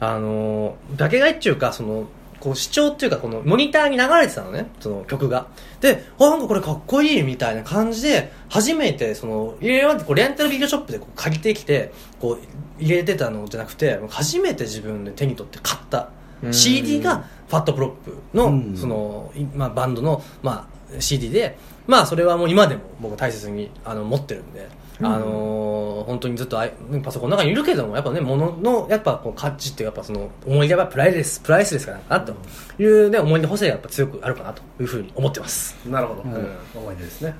Speaker 2: あのだけ買いっていうかそのこう視聴っていうかこのモニターに流れてたのねその曲がであなんかこれかっこいいみたいな感じで初めてそのいろいろこうレンタルビデオショップでこう借りてきてこう入れてたのじゃなくて初めて自分で手に取って買った CD がファットプロップの,、
Speaker 3: うん
Speaker 2: そのいまあ、バンドの、まあ、CD で、まあ、それはもう今でも僕大切にあの持ってるんで、あのー本当にずっとあいパソコンの中にいるけどもやっぱね物のやっぱこう価値っていうかやっぱその思い出はプライレスプライスレスかなという、ね、思い出補正がやっぱ強くあるかなというふうに思ってます
Speaker 1: なるほど、
Speaker 3: うん
Speaker 1: 思い出ですね、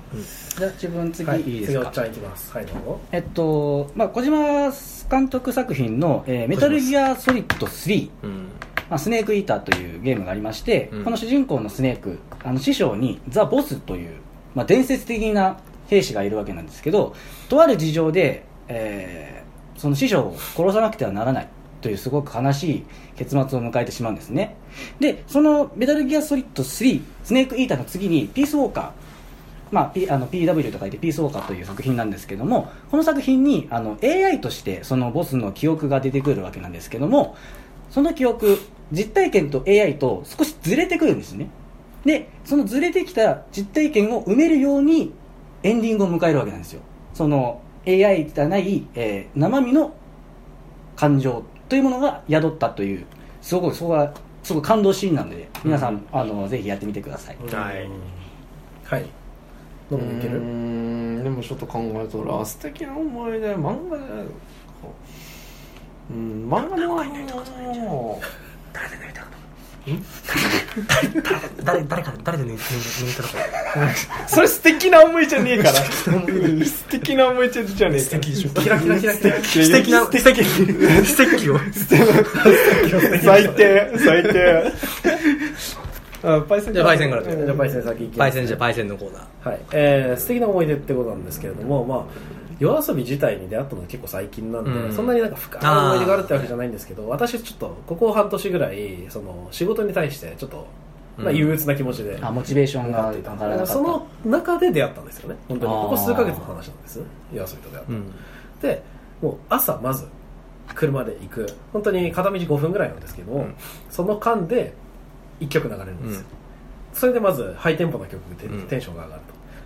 Speaker 3: じゃあ自分次、
Speaker 1: はい
Speaker 3: いいで
Speaker 1: 次
Speaker 3: す
Speaker 1: お
Speaker 3: か
Speaker 1: っちゃんいきますはいどうぞ
Speaker 3: えっと、まあ、小島監督作品の、えーメタルギアソリッド3、
Speaker 2: うん
Speaker 3: まあ、スネークイーターというゲームがありまして、
Speaker 2: うん
Speaker 3: この主人公のスネーク、あの師匠にザ・ボスという、まあ、伝説的な兵士がいるわけなんですけど、とある事情で、えーその師匠を殺さなくてはならないというすごく悲しい結末を迎えてしまうんですね。で、そのメタルギアソリッド3、スネークイーターの次にピースウォーカー、まあ、P、あの PW と書いてピースウォーカーという作品なんですけどもこの作品にあの AI としてそのボスの記憶が出てくるわけなんですけどもその記憶実体験と AI と少しずれてくるんですねでそのずれてきた実体験を埋めるようにエンディングを迎えるわけなんですよその AI じゃない、えー生身の感情というものが宿ったというすごくそこがすごい感動シーンなので皆さん、あのぜひやってみてください、
Speaker 2: はい
Speaker 1: うんはいどうもいけ
Speaker 5: うー
Speaker 1: る
Speaker 5: んでもちょっと考えたら素敵な思い出漫画じゃないうん漫画のあの
Speaker 2: 誰誰か誰で抜いたの [LAUGHS] か
Speaker 5: それ素敵な思いじゃねえから [LAUGHS] 素敵な思いじゃねえから
Speaker 2: [LAUGHS]
Speaker 5: 素敵でしょ
Speaker 1: キラキラキラキラ
Speaker 2: 素敵な素敵素敵を
Speaker 5: 最低最低あパイセン
Speaker 2: じゃあパイセンから
Speaker 1: じゃあパイセン先行きます
Speaker 2: パイセンじゃあパイセンのコーナー
Speaker 1: はいえー、素敵な思い出ってことなんですけれども、まあ、夜遊び自体に出会ったのは結構最近なんで、
Speaker 2: うん
Speaker 1: そんなになんか深い思い出があるってわけじゃないんですけど私ちょっとここ半年ぐらいその仕事に対してちょっと、まあ、
Speaker 2: うん
Speaker 1: 憂鬱な気持ちで
Speaker 3: あモチベーション
Speaker 1: 向
Speaker 3: が
Speaker 1: かっ
Speaker 3: 上
Speaker 1: ていた
Speaker 3: が
Speaker 1: ん
Speaker 3: らな
Speaker 1: で
Speaker 3: かった
Speaker 1: その中で出会ったんですよね本当に
Speaker 3: あー
Speaker 1: ここ数ヶ月の話なんです夜遊びと出会った、
Speaker 2: うん
Speaker 1: でもう朝まず車で行く本当に片道5分ぐらいなんですけど、
Speaker 2: ん
Speaker 1: その間で1曲流れるんですよ、それでまずハイテンポな曲でテ,、
Speaker 2: うん
Speaker 1: ンションが上がる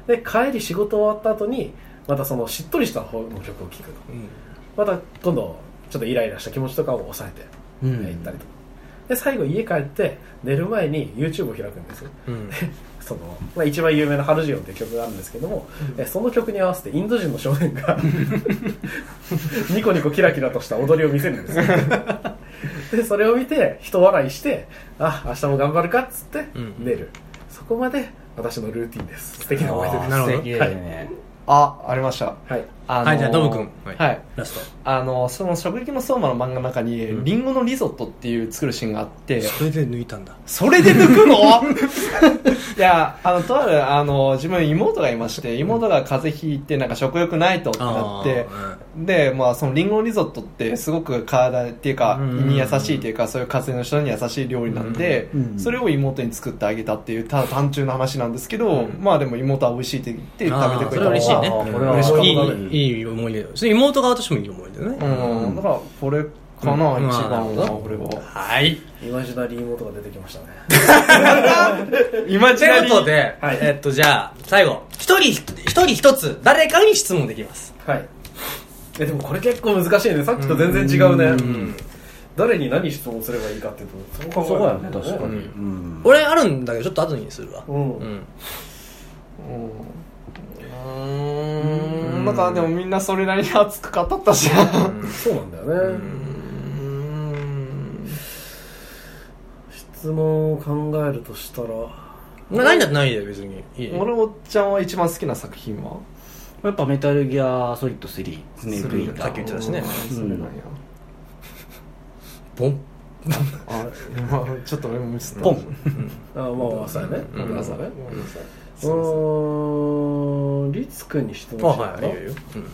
Speaker 1: とで帰り仕事終わった後にまたそのしっとりした方の曲を聴くと
Speaker 2: うん
Speaker 1: また今度ちょっとイライラした気持ちとかを抑えてえ
Speaker 3: う
Speaker 1: ー行ったりとか、で最後家帰って寝る前に YouTube を開くんですよ
Speaker 2: うん
Speaker 1: その、まあ、一番有名な「ハルジオン」っていう曲があるんですけども、えその曲に合わせてインド人の少年がニコニコキラキラとした踊りを見せるんですよでそれを見て人笑いしてあ明日も頑張るかっつって
Speaker 2: うん
Speaker 1: 寝る、そこまで私のルーティンです素敵な思い出です
Speaker 2: なるほど
Speaker 3: 素敵ですね、
Speaker 5: あありました
Speaker 1: はい
Speaker 5: あのー
Speaker 2: はいじゃあノブ君
Speaker 5: はい
Speaker 2: [LAUGHS] ラスト
Speaker 5: あのその「食撃の相馬」の漫画の中にリンゴのリゾットっていう作るシーンがあって、
Speaker 2: それで抜いたんだ
Speaker 5: それで抜くの [LAUGHS] いやあのとあるあの自分妹がいまして妹が風邪ひいてなんか食欲ないとってなって
Speaker 2: あ
Speaker 5: でまあそのリンゴリゾットってすごく体っていうか
Speaker 2: うん
Speaker 5: 胃に優しいっていうかそういう風邪の人に優しい料理なんで
Speaker 3: うん
Speaker 5: それを妹に作ってあげたっていうただ単純な話なんですけど
Speaker 2: うん
Speaker 5: まあでも妹は美味しいって言って
Speaker 2: あ
Speaker 5: 食
Speaker 2: そ
Speaker 5: べてくれ
Speaker 2: れ
Speaker 5: た
Speaker 2: は嬉しいね
Speaker 3: あーこれ
Speaker 1: は
Speaker 2: うん
Speaker 1: 嬉しかったね
Speaker 2: いいいい思い出それ妹側としてもいい思い出だね
Speaker 5: うんだからこれかな
Speaker 2: うんなる
Speaker 5: 一番は
Speaker 2: ほど
Speaker 5: 俺は
Speaker 2: はい
Speaker 1: イマジナリー妹が出てきましたね
Speaker 5: 今
Speaker 2: ということで、
Speaker 1: はい
Speaker 2: えっと、じゃあ、最後、一人、一人一つ、誰かに質問できます。
Speaker 1: はいえでもこれ結構難しいねさっきと全然違うね誰に何質問すればいいかっていうとそこ
Speaker 3: そ
Speaker 1: 考
Speaker 3: こ
Speaker 1: え
Speaker 3: だ
Speaker 1: る
Speaker 3: ね
Speaker 1: ん
Speaker 3: 確かに、うん
Speaker 2: 俺あるんだけど、ちょっと後にするわ。
Speaker 1: うん、
Speaker 2: うん。
Speaker 5: うんうんなんかでもみんなそれなりに熱く語ったし
Speaker 1: そうなんだよね、質問を考えるとしたら
Speaker 2: なないんだってないよ、別に。いいよ
Speaker 5: 俺おっちゃんは一番好きな作品は
Speaker 3: やっぱメタルギアソリッド3スネークイータ
Speaker 2: さっき言
Speaker 3: ー
Speaker 2: ってたしね。
Speaker 5: それなんや
Speaker 2: ポン。
Speaker 5: あ今ちょっと俺もミスった
Speaker 3: ポン
Speaker 1: あまあまあそうやね
Speaker 2: うん
Speaker 1: まあそうやね
Speaker 5: ごめんなさいう
Speaker 1: ーんりつくんに質
Speaker 2: あ、
Speaker 1: 問して
Speaker 2: はい、いいよいいよ。うん。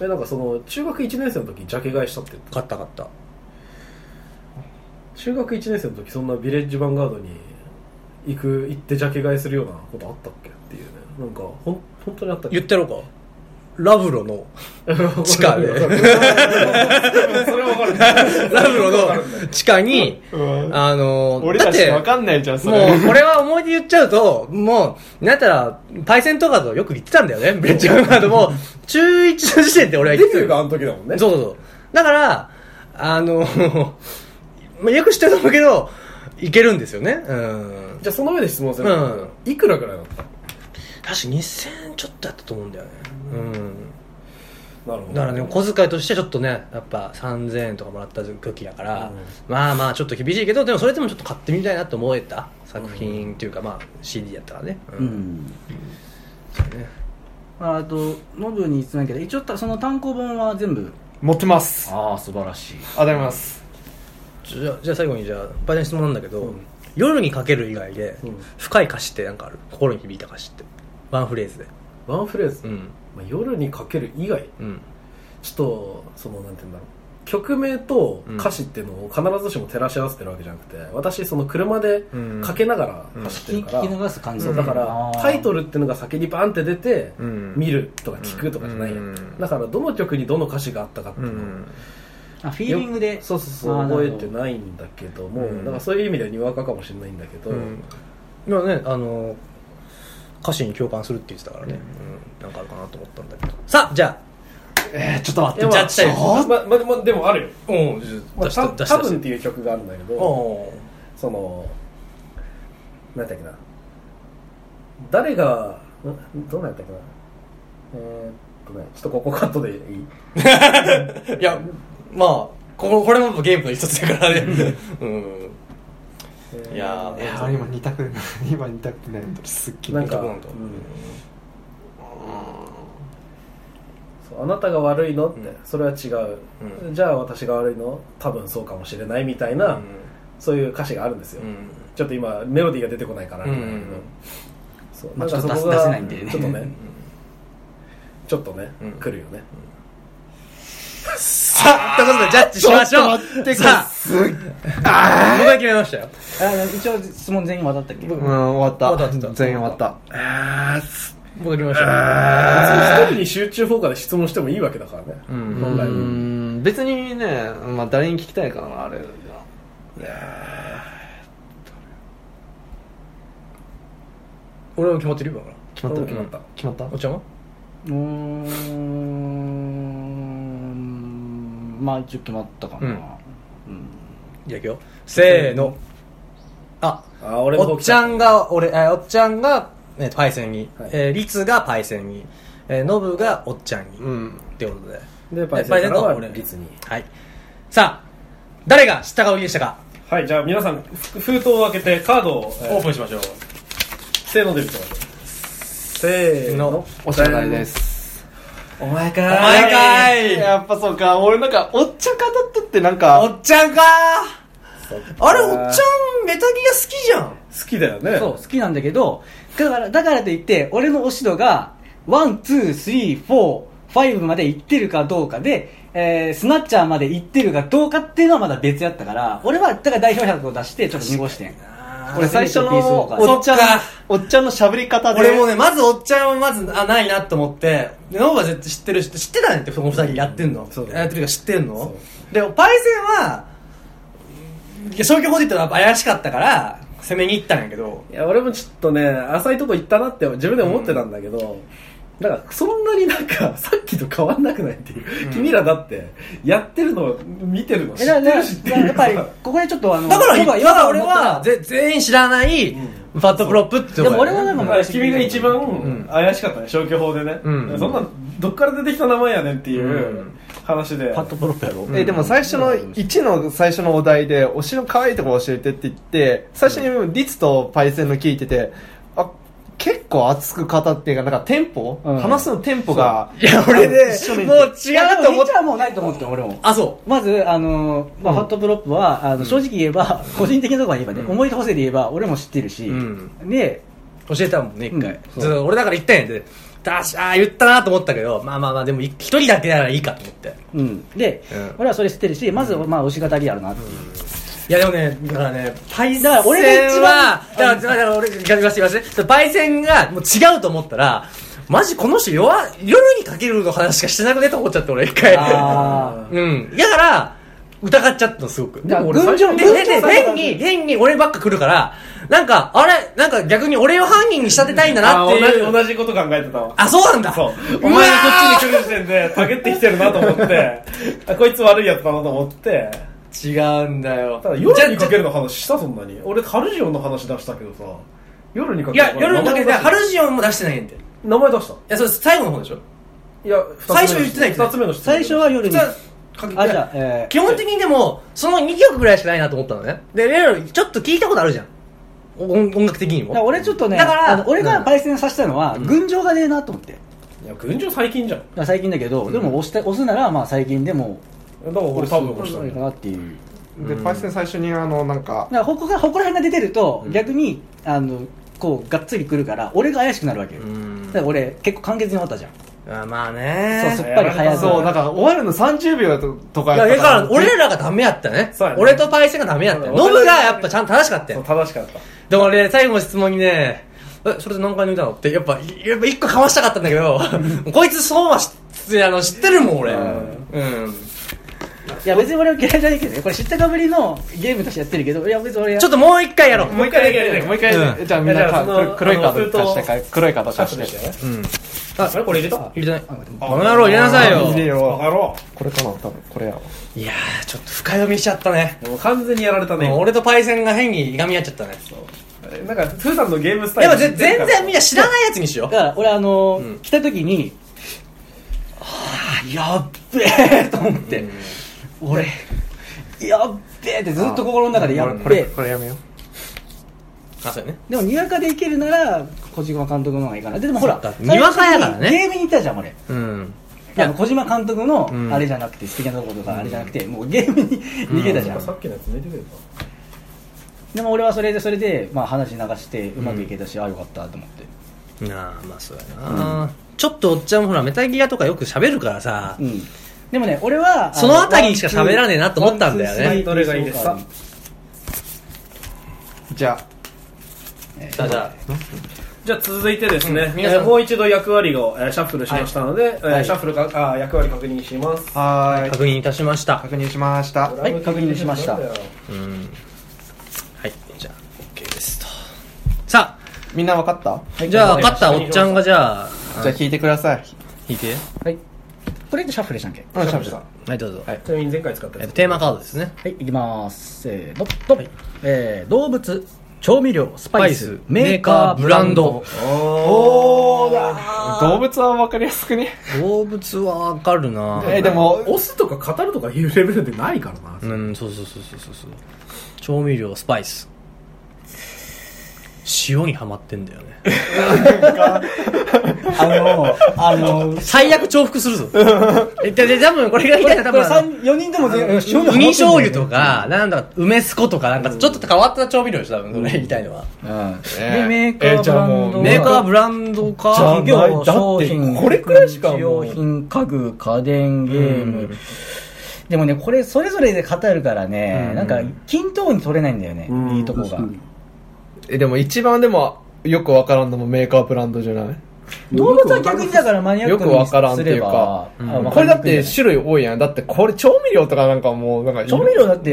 Speaker 1: えなんかその中学1年生の時ジャケ買いしたって言って
Speaker 2: 買った買った。
Speaker 1: 中学1年生の時そんなヴィレッジヴァンガードに行く行ってジャケ買いするようなことあったっけっていうねなんかほん本当にあったっけ
Speaker 2: 言ってやろうか。ラブロの
Speaker 1: [LAUGHS]
Speaker 2: 地下 [LAUGHS] で、
Speaker 5: それは分かる。
Speaker 2: ラブロの地下に、あの、
Speaker 5: 俺
Speaker 2: だ
Speaker 5: た
Speaker 2: っ
Speaker 5: ち
Speaker 2: て、
Speaker 5: 分かんないじゃん、そ
Speaker 2: もう
Speaker 5: れ。、
Speaker 2: これは思い出言っちゃうと、もう、なんやったら、パイセンとかとよく言ってたんだよね、ベンチャーカードも、中1の時点で俺は
Speaker 1: デ
Speaker 2: 言っ
Speaker 1: ビ
Speaker 2: て
Speaker 1: ュ
Speaker 2: る
Speaker 1: ーがあの時だもんね。
Speaker 2: そうそうそう。だから、あの、 [LAUGHS] まあ、よく知ってると思うけど、いけるんですよね。うん。
Speaker 1: じゃあその上で質問するんだけどいくらぐらいだった
Speaker 2: 確か2000ちょっとだったと思うんだよね。うん。
Speaker 1: なるほど。
Speaker 2: だからね、お小遣いとしてちょっとね、やっぱ3000円とかもらった時だから、まあまあちょっと厳しいけど、でもそれでもちょっと買ってみたいなと思えた作品っていうか、まあ CD やったからね。う
Speaker 3: う。んあとノブに質問やけど一応たその単行本は全部
Speaker 5: 持ってます。
Speaker 3: ああ素晴らしい
Speaker 5: ありがとうございます。
Speaker 2: じゃあじゃあ最後にじゃあバイの質問なんだけど、夜にかける以外で、深い歌詞ってなんかある心に響いた歌詞ってワンフレーズで
Speaker 1: ワンフレーズ。
Speaker 2: うん
Speaker 1: まあ夜にかける以外、
Speaker 2: うん
Speaker 1: ちょっと、その、なんて言うんだろう。曲名と歌詞っていうのを必ずしも照らし合わせてるわけじゃなくて、私、その車で
Speaker 2: うん
Speaker 1: かけながら走って
Speaker 3: 聞
Speaker 1: る
Speaker 3: き
Speaker 1: から、
Speaker 3: 聞き流す感じ
Speaker 1: そうだか
Speaker 3: あ
Speaker 1: ら
Speaker 3: ー
Speaker 1: タイトルっていうのが先にバンって出て、
Speaker 2: うん
Speaker 1: 見るとか聞くとかじゃないや、
Speaker 2: うん
Speaker 1: だからどの曲にどの歌詞があったかっていうのを、
Speaker 3: あフィーリングで
Speaker 1: そうそうそう
Speaker 3: あーな
Speaker 1: 覚
Speaker 3: る
Speaker 1: え
Speaker 3: ほど
Speaker 1: てないんだけども、
Speaker 2: うん
Speaker 1: だからそういう意味ではにわかかもしれないんだけど、
Speaker 2: うん今ねあの歌詞に共感するって言ってたからね、うんなんかあるかなと思ったんだけどさあじゃ
Speaker 5: えー、ちょっと待
Speaker 1: いや
Speaker 5: って。
Speaker 1: ま
Speaker 5: じゃ
Speaker 1: あ
Speaker 5: あ、ちょっと
Speaker 1: まままでもあるよ、
Speaker 2: あうん出し
Speaker 1: まあ、た
Speaker 2: た出した
Speaker 1: 多
Speaker 2: 出
Speaker 1: 分っ
Speaker 2: して
Speaker 1: いう曲があるんだけど、
Speaker 2: お
Speaker 1: そのなんだっけな誰がんどうなんやったっけなえーっとねちょっとここカットでいい
Speaker 2: いやまあこここれもゲームの一つだからねうん
Speaker 1: えー
Speaker 2: いや
Speaker 5: いや、今2択、今2択ないとすっげえ。
Speaker 1: なんか、
Speaker 2: どう
Speaker 1: う
Speaker 2: なん
Speaker 1: ん
Speaker 2: だ
Speaker 1: そうあなたが悪いのって、それは違う、
Speaker 2: う
Speaker 1: じゃあ私が悪いの多分そうかもしれないみたいな、そういう歌詞があるんですよ、
Speaker 2: うん
Speaker 1: ちょっと今メロディーが出てこないからあれだけど、
Speaker 2: うんうんうん
Speaker 1: そう
Speaker 3: まあ
Speaker 1: なんか
Speaker 3: ちょっと出せ出せないんでね
Speaker 1: ちょっとねちょっとね、
Speaker 2: うん
Speaker 1: 来るよね、
Speaker 2: さあということでジャッジしましょうさあ僕は決めましたよ
Speaker 3: あ一応質問全員渡ったっけ
Speaker 5: うん、終わ
Speaker 2: 終わ
Speaker 5: っ
Speaker 2: った終わ
Speaker 5: た。
Speaker 2: った
Speaker 5: 全員終わった。
Speaker 2: 僕は決めました
Speaker 1: 一人に集中砲火で質問してもいいわけだからね、本来
Speaker 5: う
Speaker 1: は
Speaker 5: ん、別にね、まあ誰に聞きたいかな、あれ。
Speaker 2: 俺は決まってるよだから
Speaker 5: 決まった
Speaker 1: 俺も決まった
Speaker 5: 決まった
Speaker 2: お茶は
Speaker 3: うーんまあ一応決まったかな、
Speaker 2: じゃあ行くよ。せーの。あ、
Speaker 1: あ俺の
Speaker 2: お
Speaker 1: 方
Speaker 2: っ
Speaker 1: 来
Speaker 2: ち
Speaker 1: た
Speaker 2: ゃんが、俺、えーおっちゃんが、えーパイセンに。えーリツがパイセンに。えーノブがおっちゃんに。
Speaker 5: うん。
Speaker 2: ってことで。
Speaker 1: でパイセン
Speaker 2: パイセン
Speaker 1: から
Speaker 2: が
Speaker 1: は
Speaker 2: 俺。
Speaker 1: リツに
Speaker 2: はい。さあ、誰が知ったか売りでしたか
Speaker 1: はいじゃあ皆さんふ封筒を開けてカードを、えー
Speaker 2: オープンしましょう。
Speaker 1: せーので見てもらってせーの
Speaker 5: おしゃれです。
Speaker 1: お前かお
Speaker 2: お前かい
Speaker 5: やっぱそうか、俺なんか、おっちゃん語ったってなんか、
Speaker 2: おっちゃんかあれ、おっちゃん、メタギが好きじゃん。
Speaker 1: 好きだよね
Speaker 3: [LAUGHS] そう好きなんだけどだからだからといって俺の推し度がワンツースリーフォーファイブまで行ってるかどうかで、えースナッチャーまで行ってるかどうかっていうのはまだ別やったから俺はだから代表作を出してちょっと濁してん
Speaker 5: 俺最初の
Speaker 3: ピースウォーカーで
Speaker 5: おっちゃん
Speaker 2: そっか、
Speaker 5: おっちゃんの喋り方で。
Speaker 2: 俺もね、まずおっちゃんはまず、あ、ないなと思って、でノブは絶対知ってるし、知ってたねって、この二人やってんの。
Speaker 1: そう
Speaker 2: やってるか知ってんので、パイセンは、いや消去法で言ったら怪しかったから、攻めに行ったんやけど、
Speaker 1: いや俺もちょっとね浅いとこ行ったなって自分で思ってたんだけど、だからそんなになんか [LAUGHS] さっきと変わんなくないっていう、君らだってやってるの見てるの知
Speaker 3: え
Speaker 1: っ
Speaker 3: だ
Speaker 1: て
Speaker 3: から
Speaker 1: るしっていう
Speaker 3: だからやっぱりここでちょっとあの
Speaker 2: だから、
Speaker 3: 僕は
Speaker 2: だ
Speaker 3: 違
Speaker 2: から
Speaker 3: 和感を
Speaker 2: 俺
Speaker 3: 持った
Speaker 2: は、ぜ全員知らない、ファットプロップって
Speaker 3: でも俺は
Speaker 2: は
Speaker 3: なんか
Speaker 1: だから君が一番
Speaker 5: ん
Speaker 1: 怪しかったね消去法でね、
Speaker 5: うん
Speaker 1: そんなどっから出てきた名前やねんっていううん話で、
Speaker 3: パッとプロップやろ
Speaker 5: えでも最初の1の最初のお題で推しの可愛いとこ教えてって言って最初にリツとパイセンの聞いててあ結構熱く語っていうかなんかテンポ、
Speaker 3: うん
Speaker 5: 話すのテンポが
Speaker 2: いや、俺で、もう
Speaker 3: い
Speaker 2: 違うと思っ
Speaker 3: ち
Speaker 2: て、
Speaker 3: ゃもうないと思って俺も
Speaker 2: あ、そ
Speaker 3: まず、あのまあ、ファットプロップは、あの正直言えば、個人的なところは言えばね、思い出補正で言えば、俺も知ってるし、
Speaker 5: ん
Speaker 3: で、
Speaker 2: う。教えたもんね、一回。
Speaker 3: うん
Speaker 2: ずっと俺だから言ったんやで。だし、あー言ったなと思ったけど、まあまあまあ、でも一人だけならいいかと思って。
Speaker 3: うん、で、
Speaker 5: うん
Speaker 3: 俺はそれ知ってるし、まず、まあ、推し語りやるなっていう。
Speaker 2: いやでもね、だからね、パイセン
Speaker 3: だ
Speaker 2: は、
Speaker 3: から俺が一番
Speaker 2: だから、だから俺、言わせて言わせて。パイセンがもう違うと思ったら、マジこの人弱、夜にかけるの話しかしてなくねと思っちゃって、俺一回。
Speaker 3: あ
Speaker 2: うん。だから、疑っちゃったの、すごく。
Speaker 3: あ。群青、
Speaker 2: で、
Speaker 3: 群
Speaker 2: で、
Speaker 3: 青
Speaker 2: で、
Speaker 3: さんだから
Speaker 2: 変に、変に俺ばっか来るから、なんか、あれ、なんか逆に俺を犯人に仕立てたいんだな
Speaker 1: あ
Speaker 2: ってい
Speaker 1: ー同じ
Speaker 2: う。
Speaker 1: 同じこと考えてたわ
Speaker 2: あ、そうなんだ。
Speaker 1: そうお
Speaker 2: わー
Speaker 1: 前がこっちに来る時点でたけってきてるなと思ってあこいつ悪いやつだなと思って
Speaker 2: 違うんだよ。
Speaker 1: ただ
Speaker 2: じゃ
Speaker 1: 夜
Speaker 2: あ
Speaker 1: にかけるの話したそんなに俺春ジオンの話出したけどさ夜にか
Speaker 2: い
Speaker 1: ける
Speaker 2: や、夜にかけて、ハ
Speaker 1: 春
Speaker 2: ルジオンも出してないんで。い
Speaker 1: 名前出した
Speaker 2: や、それ最後の方でしょ
Speaker 1: いや二つ目の
Speaker 2: 最初言ってない
Speaker 1: 二つ目の質問
Speaker 3: 最初は夜
Speaker 2: 普
Speaker 3: に
Speaker 2: 通。はかけて
Speaker 3: あ、じゃあ、え
Speaker 2: 基本的にでも、その2曲ぐらいしかないなと思ったのね。で、レロ、ちょっと聞いたことあるじゃん。お音音楽的に
Speaker 3: ーだから
Speaker 2: も。
Speaker 3: 俺ちょっとね、
Speaker 2: だから
Speaker 3: あの俺がパイセンさせたのは、群青がねえなと思って。だか
Speaker 1: いや群青最近じゃん
Speaker 3: ら最近だけど、でも押して、押すなら、まあ最近でも、
Speaker 1: だから俺多分
Speaker 3: 押
Speaker 1: 押
Speaker 3: す
Speaker 1: した
Speaker 3: のかなっていう。
Speaker 5: で、パイセン最初にあの、なんか
Speaker 3: だ、からここが、ここら辺が出てると、逆に、あの、こう、がっつり来るから、俺が怪しくなるわけよ。
Speaker 2: うん
Speaker 3: だから俺、結構簡潔に終わったじゃん。
Speaker 2: あまあね。
Speaker 3: そうすっぱり早
Speaker 5: そう、なん
Speaker 3: く。
Speaker 5: か終わるの30秒ととか
Speaker 2: いや、
Speaker 5: やっ
Speaker 2: だ
Speaker 5: た
Speaker 2: から、俺らがダメやったね
Speaker 1: そうや。ね
Speaker 2: 俺とパイセンがダメやったよ。
Speaker 1: そう
Speaker 2: ノブがやっぱちゃんと正しかった
Speaker 1: そう
Speaker 2: よ。
Speaker 1: 正しかった
Speaker 2: でも俺、最後の質問にね、え、それで何回抜いたのって、やっぱ、いやっぱ一個かわしたかったんだけど、 [LAUGHS] こいつそうはしあの知ってるもん、俺。うん。
Speaker 3: いや、別に俺は嫌いじゃないけどね。これ知ったかぶりのゲームとしてやってるけど、いや、別に俺は
Speaker 2: ちょっともう一回やろう。
Speaker 5: もう一回だけやるもう一回やる
Speaker 2: う
Speaker 5: じゃあみん
Speaker 1: いや
Speaker 5: な
Speaker 1: じゃあ
Speaker 5: か
Speaker 1: その
Speaker 5: 黒いカード
Speaker 1: あの
Speaker 5: 貸してか黒いカード貸
Speaker 1: 後でした
Speaker 5: して
Speaker 1: よ
Speaker 2: う
Speaker 1: ね
Speaker 2: ん。
Speaker 1: あれこれ入れた
Speaker 2: 入れてない。この野郎入れなさい
Speaker 5: 入れ
Speaker 2: よ。
Speaker 1: バカ
Speaker 5: よ
Speaker 1: ろ
Speaker 5: これかな多分これやろ
Speaker 2: いやー、ちょっと深読みしちゃったね。
Speaker 1: うもう完全にやられたね
Speaker 2: もう俺とパイセンが変にいがみ合っちゃったね。
Speaker 1: なんかプーさんのゲームスタイ
Speaker 2: で
Speaker 1: ル
Speaker 2: もぜ全然みんな知らないやつにしよ
Speaker 3: だから俺あのー
Speaker 2: うん
Speaker 3: 来た時にはあやっべえ [LAUGHS] と思って、俺やっべえってずっと心の中でやっ
Speaker 5: これ
Speaker 3: て
Speaker 5: これやめよう
Speaker 2: う。あ、そうやね。
Speaker 3: でもにわかでいけるなら小島監督の方がいいかなででもほら
Speaker 2: そっかにわかやからね
Speaker 3: 最初にゲームに行ったじゃん俺
Speaker 2: うん。い
Speaker 3: あ
Speaker 2: や
Speaker 3: の小島監督の
Speaker 2: うん
Speaker 3: あれじゃなくて素敵なところとかあれじゃなくてもうゲームに逃げたじゃん、
Speaker 1: さっきのやつ寝てくれた
Speaker 3: でも俺はそれでそれで、まあ、話流してうまくいけたし、ああよかったと思って
Speaker 2: なあ、まあそうやな、ちょっとおっちゃんもほら、メタギアとかよく喋るからさ、
Speaker 3: うんでもね俺は
Speaker 2: そのあたりしか喋らねえなと思ったんだよね
Speaker 3: ワンツースリー
Speaker 1: どれがいいですか
Speaker 5: じゃあ
Speaker 2: じゃあじゃ
Speaker 1: じゃあ続いてですね、
Speaker 2: うん皆さん
Speaker 1: えーもう一度役割を、えーシャッフルしましたので、えー
Speaker 5: はい
Speaker 1: シャッフルかあー役割確認します。
Speaker 5: は
Speaker 2: あ
Speaker 5: ーい
Speaker 2: 確認いたしました。
Speaker 5: 確認しました
Speaker 3: はい確認しました
Speaker 2: うん。はい、じゃあ、OK ですと。さ
Speaker 5: みんなわかった
Speaker 2: あ、じゃあ、勝ったおっちゃんがじゃあ、
Speaker 5: じゃあ聞いてください
Speaker 2: 引いて。
Speaker 3: はいこれでシャッフルしたんけ
Speaker 5: うんしゃべった
Speaker 2: はい、どうぞ。
Speaker 5: はい
Speaker 1: ちなみに前回使った
Speaker 2: えっ
Speaker 1: や
Speaker 2: と
Speaker 1: つ。
Speaker 2: テーマカードですね。
Speaker 3: はい、いきます。せーの、ドン、えー動物、調味料、スパイス、メーカー、ブランド。。
Speaker 5: おーだ動物はわかりやすくね
Speaker 2: 動物はわかるな
Speaker 5: えでも
Speaker 1: 押すとか語るとかいうレベルでないからな。
Speaker 2: うん、そうそうそうそうそうそう。調味料、スパイス。塩にはまってんだよね。
Speaker 3: あの、あの、こ
Speaker 2: 最悪重複す [LAUGHS] るぞ。え、で、で、多分これが言いたい
Speaker 3: れ、
Speaker 2: のは多
Speaker 3: こ
Speaker 2: 分
Speaker 3: れ
Speaker 2: あの、
Speaker 3: 三四人でも全員、醤油
Speaker 2: 海
Speaker 3: ハマ
Speaker 2: 醤
Speaker 3: っ
Speaker 2: 油
Speaker 3: てんだ
Speaker 2: と
Speaker 3: よ
Speaker 2: か、なんだか、梅酢粉とか、なんかちょっと変わった調味料でしょ、多分、それ言いたいのは。
Speaker 3: ね。
Speaker 5: え
Speaker 3: で、
Speaker 5: ー
Speaker 3: メーカー、
Speaker 5: えー
Speaker 3: ブ
Speaker 5: じゃあ
Speaker 3: ラ
Speaker 5: も
Speaker 3: ン
Speaker 5: う
Speaker 3: ド。
Speaker 2: メーカー、ブランドか。
Speaker 5: じゃあ
Speaker 3: 企業、
Speaker 5: だって
Speaker 3: 商品、
Speaker 5: これくらいしかも
Speaker 3: 日
Speaker 5: う
Speaker 3: 用品、家具、家電、ゲーム。でもね、これ、それぞれで語るからね、なんか、均等に取れないんだよね、いいとこが。
Speaker 5: えでも一番でもよくわからんのもメーカーブランドじゃない
Speaker 3: 動物は逆にだからマニアッ
Speaker 5: よ
Speaker 3: ク
Speaker 5: くわから
Speaker 3: に
Speaker 5: んっ
Speaker 3: す
Speaker 5: てい
Speaker 3: れ
Speaker 5: う
Speaker 3: ば
Speaker 5: か、、
Speaker 3: あ
Speaker 5: これだって種類多いやんだってこれ調味料とかなんかもうなんか
Speaker 3: 調味料だって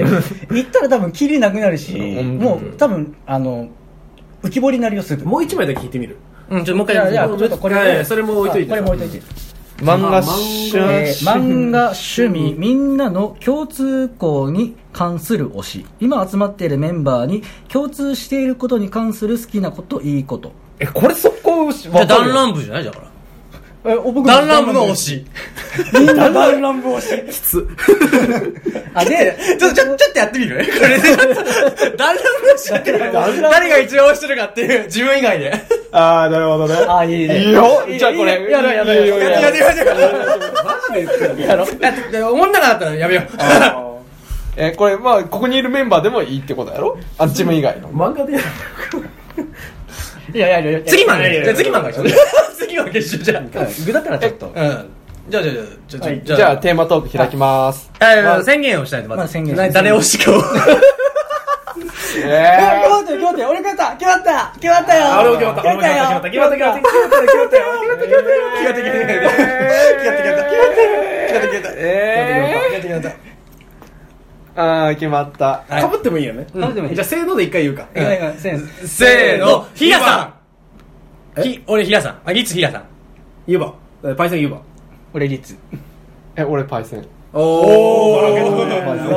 Speaker 3: 行ったら多分キリなくなるし、
Speaker 5: ん
Speaker 3: もう多分あの浮き彫りになりをする
Speaker 1: もう一枚だけ聞いてみる。
Speaker 2: うん、ちょ、もう一
Speaker 3: じゃあ
Speaker 2: 回
Speaker 3: じゃあちょっとこれ、
Speaker 1: はいそれも置いといて
Speaker 3: あこれも置いといて、
Speaker 5: 漫
Speaker 1: まあ
Speaker 5: 画
Speaker 1: 漫
Speaker 5: 集
Speaker 1: 画
Speaker 3: えー漫画趣味みんなの共通項に関する推し今集まっているメンバーに共通していることに関する好きなこといいこと
Speaker 5: えこれ速攻わかる
Speaker 2: じゃあ、ダン
Speaker 5: よ
Speaker 2: ランブじゃないだから。
Speaker 3: えお僕
Speaker 2: ダンランブの推 [LAUGHS] し。
Speaker 3: みんなダンランブ推しきつあで
Speaker 2: ちょ、ちょ、ちょっとやってみ [LAUGHS] るこれで、ちょっと、ダンランブの推しだけど誰が一番推してるかっていう、自分以外で。
Speaker 5: ああ、なるほどね。
Speaker 3: あいいね
Speaker 5: いいよじゃあこれ。
Speaker 3: やろうやろう
Speaker 5: いいよいいよ
Speaker 2: やってみましょう
Speaker 3: やろ
Speaker 2: だって思んなかったらやめよう。
Speaker 5: え、これ、まあ、ここにいるメンバーでもいいってことやろあ、自分以外の。
Speaker 1: 漫画でやる。
Speaker 3: いやいやいや
Speaker 2: [LAUGHS] 次漫
Speaker 1: いやいやい
Speaker 2: 画じ
Speaker 1: や
Speaker 2: ゃあ次漫画一緒次漫画一緒じゃん。うん。
Speaker 3: 具だったらちょっと
Speaker 2: じゃあじゃあじゃあ
Speaker 1: はい
Speaker 5: じゃあ、テーマトーク開きます。
Speaker 2: あいやいや宣言をしないとま
Speaker 3: まあ
Speaker 2: ず
Speaker 3: 宣言
Speaker 2: な誰推しかを
Speaker 3: 決まったよ決まったよ俺決まった決まった決まった
Speaker 1: [LAUGHS]
Speaker 3: よ
Speaker 1: あ俺も決まった俺も決まった決まった決まった決まった決まった決まった決まった
Speaker 6: 気ができない気ができない気ができない
Speaker 5: え
Speaker 6: 気ができない気ができない気ができない
Speaker 5: ー、あー、決まった。
Speaker 1: かぶってもいいよね
Speaker 3: かぶってもいい
Speaker 1: じゃあせーので一回言うか
Speaker 3: いやいやせーの
Speaker 2: せーの、ひらさん
Speaker 1: え
Speaker 2: ひ、俺ひらさん。あ、リツひらさん。
Speaker 1: 言えばえパイセン言えば
Speaker 3: 俺リツ
Speaker 5: え、俺パイセン。
Speaker 1: おー面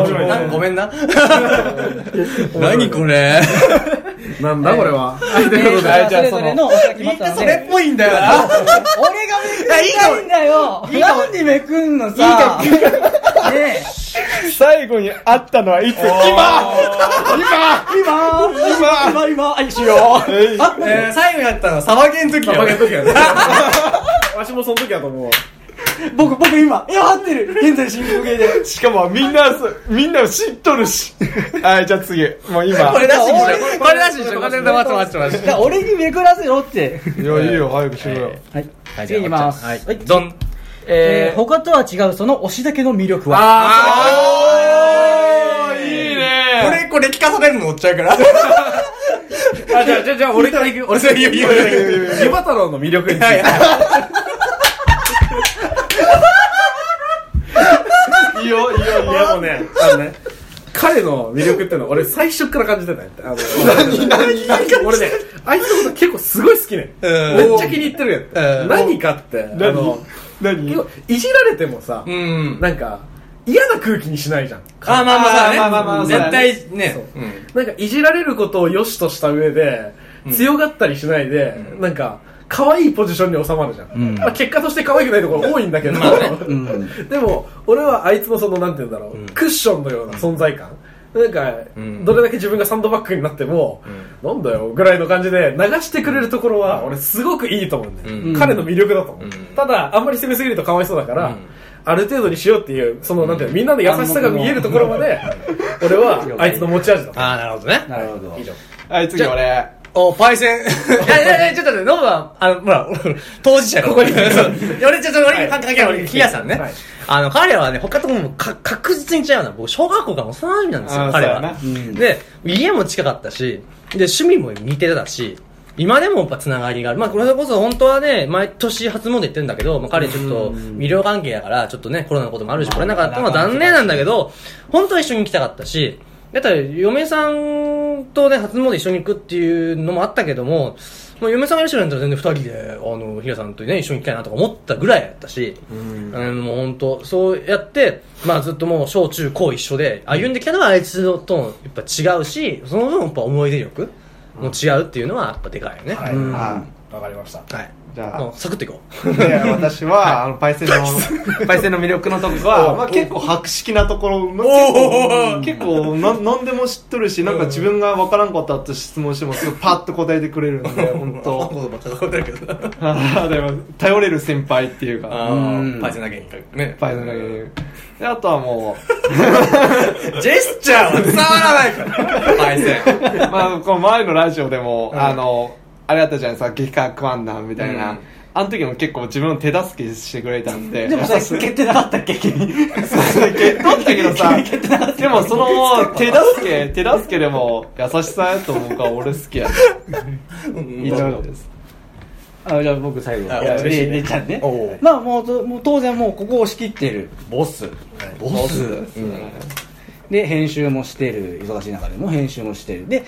Speaker 1: 白い
Speaker 2: なんかご
Speaker 1: ね
Speaker 2: めんな。何これ。
Speaker 1: なんだこれははいと
Speaker 3: え
Speaker 1: いうことで
Speaker 3: ーじ
Speaker 1: はい
Speaker 3: ゃあ
Speaker 1: じ
Speaker 3: そ
Speaker 1: ゃあ
Speaker 3: れ
Speaker 1: そ
Speaker 3: ぞれ
Speaker 1: の
Speaker 3: のお酒決まったので
Speaker 2: っぽいんだよな。
Speaker 3: 俺がめくりたいんだよなんでめくんのさねえ
Speaker 5: 最後に会ったのはいつ
Speaker 3: 今今今今あ一緒
Speaker 2: えー最後やったのはサバゲーの時
Speaker 1: バカの
Speaker 2: よ。
Speaker 1: 時はね [LAUGHS] わしもその時はと思う
Speaker 3: 僕僕今いや合ってる現在進行形で
Speaker 5: しかもみんな、そうみんな知っとる
Speaker 6: [LAUGHS]
Speaker 5: し。はい、じゃあ次。もう今。
Speaker 2: これなしにしろ。これなしにしろ。これなしにしろ。待って待って待って
Speaker 3: だから俺にめくらせろって
Speaker 5: いや、いいよ、早くしろよ。
Speaker 3: はい
Speaker 2: はい
Speaker 3: 次いきます
Speaker 2: はい。ドン。
Speaker 3: えー他とは違うその推しだけの魅力は
Speaker 2: あ
Speaker 5: おー、いい
Speaker 2: ー
Speaker 1: [LAUGHS]
Speaker 5: ね
Speaker 2: 俺これ聞かされるのおっちゃうから。
Speaker 1: あじゃあじゃあじゃあ俺から行く俺から行く俺から行く湯葉太郎の魅力につ
Speaker 2: [LAUGHS]
Speaker 1: いて
Speaker 5: いいよ、いいよ、いい
Speaker 1: い
Speaker 5: よ。
Speaker 1: やもうね、あのね、彼の魅力ってのは俺最初から感じてたよ。あの俺ね、あいつのこと結構すごい好きね。
Speaker 2: うん
Speaker 1: めっちゃ気に入ってるやん
Speaker 2: うん
Speaker 1: 何かって、あの、
Speaker 5: 何
Speaker 1: 結構いじられてもさ、
Speaker 2: ん。
Speaker 1: なんか嫌な空気にしないじゃん。
Speaker 2: あー、まあ
Speaker 5: あーま
Speaker 2: ま
Speaker 5: あまあま
Speaker 2: あ
Speaker 5: あ
Speaker 2: そうだね。絶対ね。
Speaker 1: なんかいじられることを良しとした上で、強がったりしないで、なんか、可愛いポジションに収まるじゃん。まあ、結果として可愛くないところ多いんだけど、 [LAUGHS] でも、俺はあいつのその、なんて言うんだろう、クッションのような存在感。なんか、どれだけ自分がサンドバッグになっても、なんだよ、ぐらいの感じで流してくれるところは、俺すごくいいと思うんだよ。彼の魅力だと思う。ただ、あんまり攻めすぎるとかわいそうだから、ある程度にしようっていう、その、なんていうのみんなの優しさが見えるところまで、俺 [LAUGHS] は、あいつの持ち味だと思う。
Speaker 2: あー、なるほどね。
Speaker 3: なるほど
Speaker 5: はい、次俺。
Speaker 2: お、パイセン。いやいやいや、ちょっとね、ノブは、あの、ほら、 [LAUGHS] 当事者ここに。そう俺、ちょっと、俺、関係ない、俺、ヒヤさんね
Speaker 1: はい。
Speaker 2: あの、彼はね、他ともか確実に違うな。僕、小学校から幼馴染なんです
Speaker 5: あ
Speaker 2: よ
Speaker 5: ー、
Speaker 2: 彼
Speaker 5: そうや
Speaker 2: は
Speaker 5: な。
Speaker 2: で、家も近かったし、で、趣味も似てたし、今でもやっぱつながりがある。まあ、これこそ本当はね、毎年初詣行ってるんだけど、まあ、彼ちょっと、医療関係だから、ちょっとね、コロナのこともあるし、来れなかったのは残念なんだけど、本当は一緒に行きたかったし、だったら、嫁さんとね、初詣一緒に行くっていうのもあったけども、もう嫁さんがいらっしゃるんだったら全然二人で、あの、平さんとね、一緒に行きたいなとか思ったぐらいだったし、うん、もう本当そうやって、まあずっともう小中高一緒で、歩んできたのはあいつのとのやっぱ違うし、その分やっぱ思い出力も違うっていうのはやっぱでかいよね。はい。
Speaker 5: あ
Speaker 1: わかりました。
Speaker 5: じゃあ
Speaker 2: もうサクッといこう。
Speaker 5: で私は、あの、パイセンの、パイセンの魅力のとこは、まあ結構博識なところ、まあ結構、結構な、なんでも知っとるし、なんか自分がわからんことあったら質問しても、すぐパッと答えてくれるんで、本
Speaker 2: あ
Speaker 5: 当
Speaker 2: ことばっかりだけどな。
Speaker 5: あーでも頼れる先輩っていうか、
Speaker 2: あーパイセンだけにね。
Speaker 5: パイセンだけで。で、あとはも
Speaker 2: ジェスチャーは伝わらないから。パイセン。
Speaker 5: う、まあ、この前のラジオでも、あの、あれあったじゃないですか、激化クワンナみたいな。
Speaker 2: うん
Speaker 5: あの時も結構自分を手助けしてくれたんで。
Speaker 3: でもさ蹴ってなかったっけ君
Speaker 5: 取ったけど [LAUGHS] さ、でもその [LAUGHS] 手助け、手助けでも優しさやと思うから俺好きや。いいと思うです。
Speaker 3: あじゃあ僕最後
Speaker 2: あ
Speaker 3: いや
Speaker 2: 嬉しいね
Speaker 3: ねねちゃんね
Speaker 2: おう
Speaker 3: まあもうともう当然もうここを仕切ってる
Speaker 2: ボス。ボス。
Speaker 3: で編集もしてる忙しい中でも編集もしてるで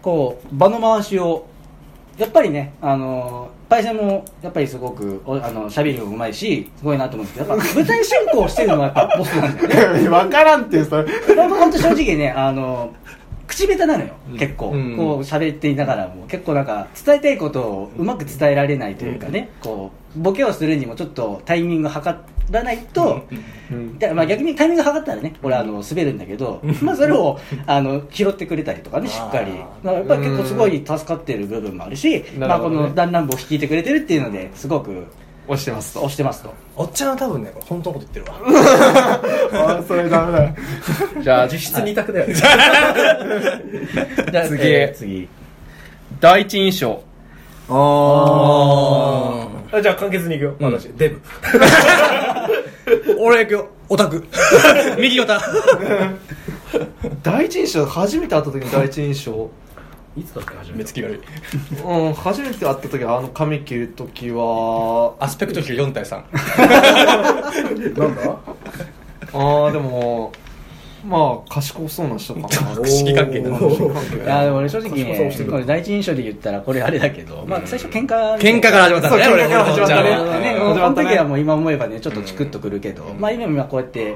Speaker 3: こう場の回しをやっぱりねあのー会社もやっぱりすごくおあの喋りもうまいしすごいなと思うんですけどやっぱ舞台進行してるのがやっぱボスなんだよね
Speaker 5: [LAUGHS] わからんっていうさ、
Speaker 3: 本当正直ねあの口下手なのよ結構、
Speaker 5: うん
Speaker 3: こう喋っていながらも結構なんか伝えたいことをうまく伝えられないというかね、こうボケをするにもちょっとタイミング測らないと、だからまあ逆にタイミング測ったらね俺あの滑るんだけど、まあそれをあの拾ってくれたりとかねしっかりまあやっぱり結構すごい助かってる部分もあるし
Speaker 5: ん
Speaker 3: まあ、
Speaker 5: なる
Speaker 3: こ
Speaker 5: ほどね
Speaker 3: の「弾丸部」を率いてくれてるっていうのですごく
Speaker 5: 押してますと
Speaker 3: 推。してますと
Speaker 2: おっちゃんは多分ね、本当のこと言ってるわ。
Speaker 5: あ、それダメだ。
Speaker 1: じゃあ、実質二択だよ
Speaker 2: [LAUGHS]
Speaker 1: ね。
Speaker 3: じゃあ
Speaker 5: 次
Speaker 3: えー次
Speaker 5: 第一印象。
Speaker 2: あー。
Speaker 1: あじゃあ、簡潔にいくよ。私、デブ。
Speaker 2: [LAUGHS] 俺行くよ。オタク。右オタ。
Speaker 5: 第一印象初めて会った時の第一印 [LAUGHS] 象
Speaker 1: いつだっけ初
Speaker 7: 目
Speaker 1: めて
Speaker 7: つき悪い
Speaker 5: うん初めて会った時あの髪切る時は
Speaker 7: アスペクト比4対3
Speaker 1: なんだ
Speaker 5: ああでもまあ賢そうな人かな
Speaker 7: 式関係だ
Speaker 1: おー
Speaker 3: いやでも俺正直
Speaker 1: 賢さをして
Speaker 3: ね
Speaker 1: く
Speaker 3: これ第一印象で言ったらこれあれだけど、まあ、最初喧嘩
Speaker 2: 喧嘩から始まったんだね、
Speaker 5: そう
Speaker 2: 俺
Speaker 5: 喧嘩から始まっ
Speaker 3: じ
Speaker 5: た
Speaker 3: ゃ
Speaker 5: ね
Speaker 3: あね、
Speaker 5: う
Speaker 3: こ
Speaker 5: ん
Speaker 3: の時はもう今思えばねちょっとチクッとくるけど、まあ今も今こうやって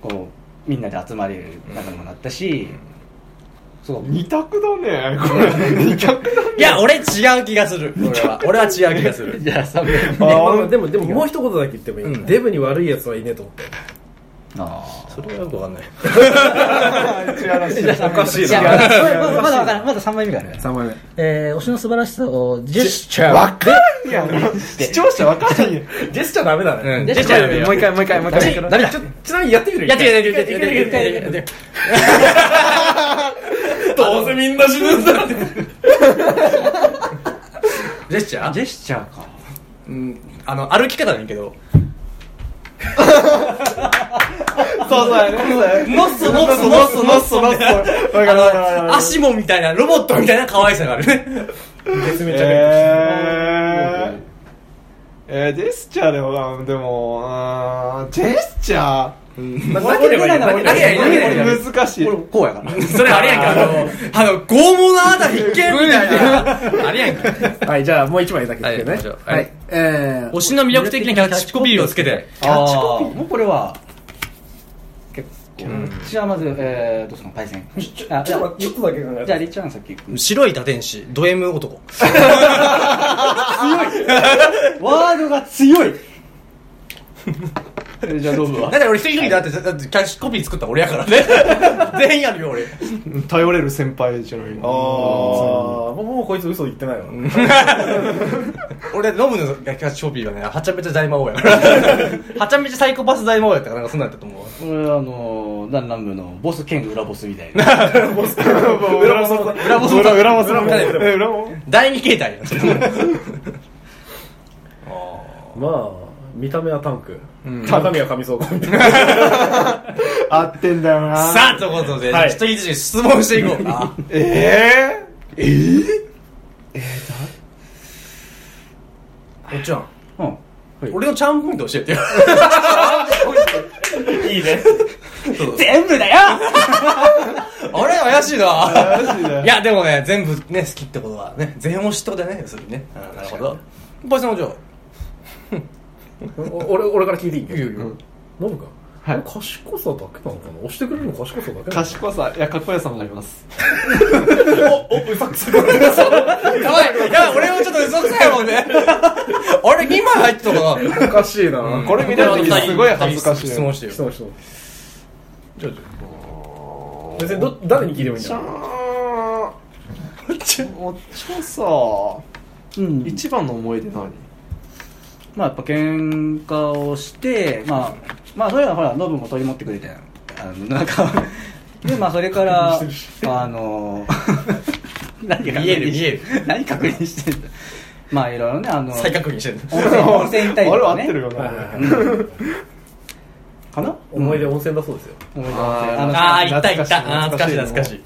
Speaker 3: こうみんなで集まれる仲にもなったし、そう
Speaker 5: [LAUGHS] 二択だねこ [LAUGHS] れ二択だね
Speaker 2: いや、俺違う気がする。俺は。俺は違う気がする。
Speaker 3: じゃあ3名
Speaker 1: で
Speaker 5: [LAUGHS]
Speaker 1: もでもでももう一言だけ言ってもいい、デブに悪いやつはいねえと思って
Speaker 3: あ
Speaker 2: それはよくわかんない。
Speaker 1: おかしい
Speaker 3: いやまだまだまだまだ3枚目がある
Speaker 1: 3枚目
Speaker 3: えー、推しの素晴らしさをジェスチャー
Speaker 5: わかんやろ視聴者わかんないよ
Speaker 1: ジェスチャーダメだね、
Speaker 7: うん
Speaker 3: ジェスチャー
Speaker 5: もう一回もう一回もう一回
Speaker 3: ダメだ
Speaker 1: ちょちなみにやってみる
Speaker 2: やってみるやってみ
Speaker 1: やって
Speaker 2: るやってみるやってみるやって
Speaker 7: どうせみんな死ぬんだって
Speaker 2: みるジェスチャー
Speaker 3: ジェスチャーか
Speaker 7: うんあの歩き方なんやけど
Speaker 2: ノッソノッソノ
Speaker 5: そうそうやねそうやね
Speaker 2: ッソノッソみたいなあの足もみたいなロボットみたいな可愛さがあるね
Speaker 1: 絶滅
Speaker 5: えーえージェスチャーでもでもあージェスチャ
Speaker 1: まあなければいいよ
Speaker 3: 俺
Speaker 1: なければいいよ
Speaker 2: 俺俺
Speaker 5: ー難しい
Speaker 3: これこうやから
Speaker 2: それあれやんかあのあの拷問のあなた必見みたいなあれやんか
Speaker 1: [LAUGHS] はいじゃあもう一枚だけ言ってね
Speaker 7: はい行きましょう
Speaker 1: はい、
Speaker 7: はい
Speaker 1: えー
Speaker 2: 推しの魅力的なキャッチコピーをつけて
Speaker 3: キャッチコピーもうこれは結構、
Speaker 5: ん
Speaker 3: じゃあまず、えー、どうすかパイセンあ
Speaker 1: ち
Speaker 3: じ
Speaker 1: ょ
Speaker 3: ゃ
Speaker 1: っと
Speaker 3: あ
Speaker 1: 待ってちょっとだけ考え
Speaker 3: じゃあ
Speaker 1: て
Speaker 3: リッチャーンさっき行く
Speaker 2: 白い多天使ド M 男
Speaker 3: ワードが強いじゃあどうぞ
Speaker 2: だって俺一人一人だってだってキャッチコピー作った俺やから [LAUGHS] ね全員やるよ俺
Speaker 5: 頼れる先輩じゃない
Speaker 1: ああもうもうこいつ嘘言ってないわ
Speaker 2: 俺飲むのがキャッチコピーがねはちゃめちゃ大魔王やから [LAUGHS] はちゃめちゃサイコパス大魔王やったからなんかそんなんやったと思うわ
Speaker 3: 俺はあのー、ダンラン部のボス兼裏ボスみたいな
Speaker 5: 裏もそ裏も裏裏も裏もえ裏も
Speaker 2: 第二形態やんそれ
Speaker 1: まあ見た目はタンク、中身は神相関みたいな
Speaker 5: 合ってんだよな
Speaker 2: さあ、ということで、
Speaker 1: はい
Speaker 2: 一人一人質問していこう。あ
Speaker 5: えええ
Speaker 2: おっちゃん、
Speaker 3: うん
Speaker 2: 俺のチャームポイント教えてよ。
Speaker 3: 全部だよ
Speaker 2: あれ怪しい
Speaker 5: えマジ
Speaker 2: な。い
Speaker 5: で
Speaker 2: や、でもね、全部ね、好きってことはね、全押しってことだよね、要するにね。うんなるほど。おばさんもじゃあ、
Speaker 1: お俺俺から聞いていい
Speaker 2: いいよいいよ
Speaker 1: ノブ君
Speaker 5: はい
Speaker 1: 賢さだけなのかな押してくれるの賢さだけなのかな
Speaker 5: 賢さいやかっこよさもあります
Speaker 2: やばい、いや、俺もちょっと嘘くさいもんね。あれ、2枚入ってたかな。
Speaker 1: おかしいな、
Speaker 5: これ見た時すごい恥ずかしい
Speaker 2: 質問してよ
Speaker 1: 質。問質問別にど誰に聞いてもいいんだ
Speaker 5: ちゃ
Speaker 1: よ
Speaker 5: ーお茶さ
Speaker 3: うん
Speaker 5: 一番の思い出何
Speaker 3: まあやっぱ喧嘩をしてまあまあそれはほらノブも取り持ってくれたやんあのなんか [LAUGHS] でまあそれからあの何確認
Speaker 2: 見える見える
Speaker 3: [LAUGHS] 何確認してんだまあいろいろねあの
Speaker 2: 再確認してる
Speaker 3: 温泉温泉行ったり
Speaker 5: [LAUGHS] あ
Speaker 3: と
Speaker 5: れ合
Speaker 3: か
Speaker 5: っ
Speaker 3: ね
Speaker 5: てるよ
Speaker 1: はい
Speaker 5: な
Speaker 1: はいはい
Speaker 3: かな
Speaker 1: 思い出温泉だそうですよ
Speaker 3: 思い出の
Speaker 5: あ
Speaker 2: ああ、行った行
Speaker 5: 懐
Speaker 2: っ
Speaker 5: かしい
Speaker 2: た。あー懐かしい懐かしい。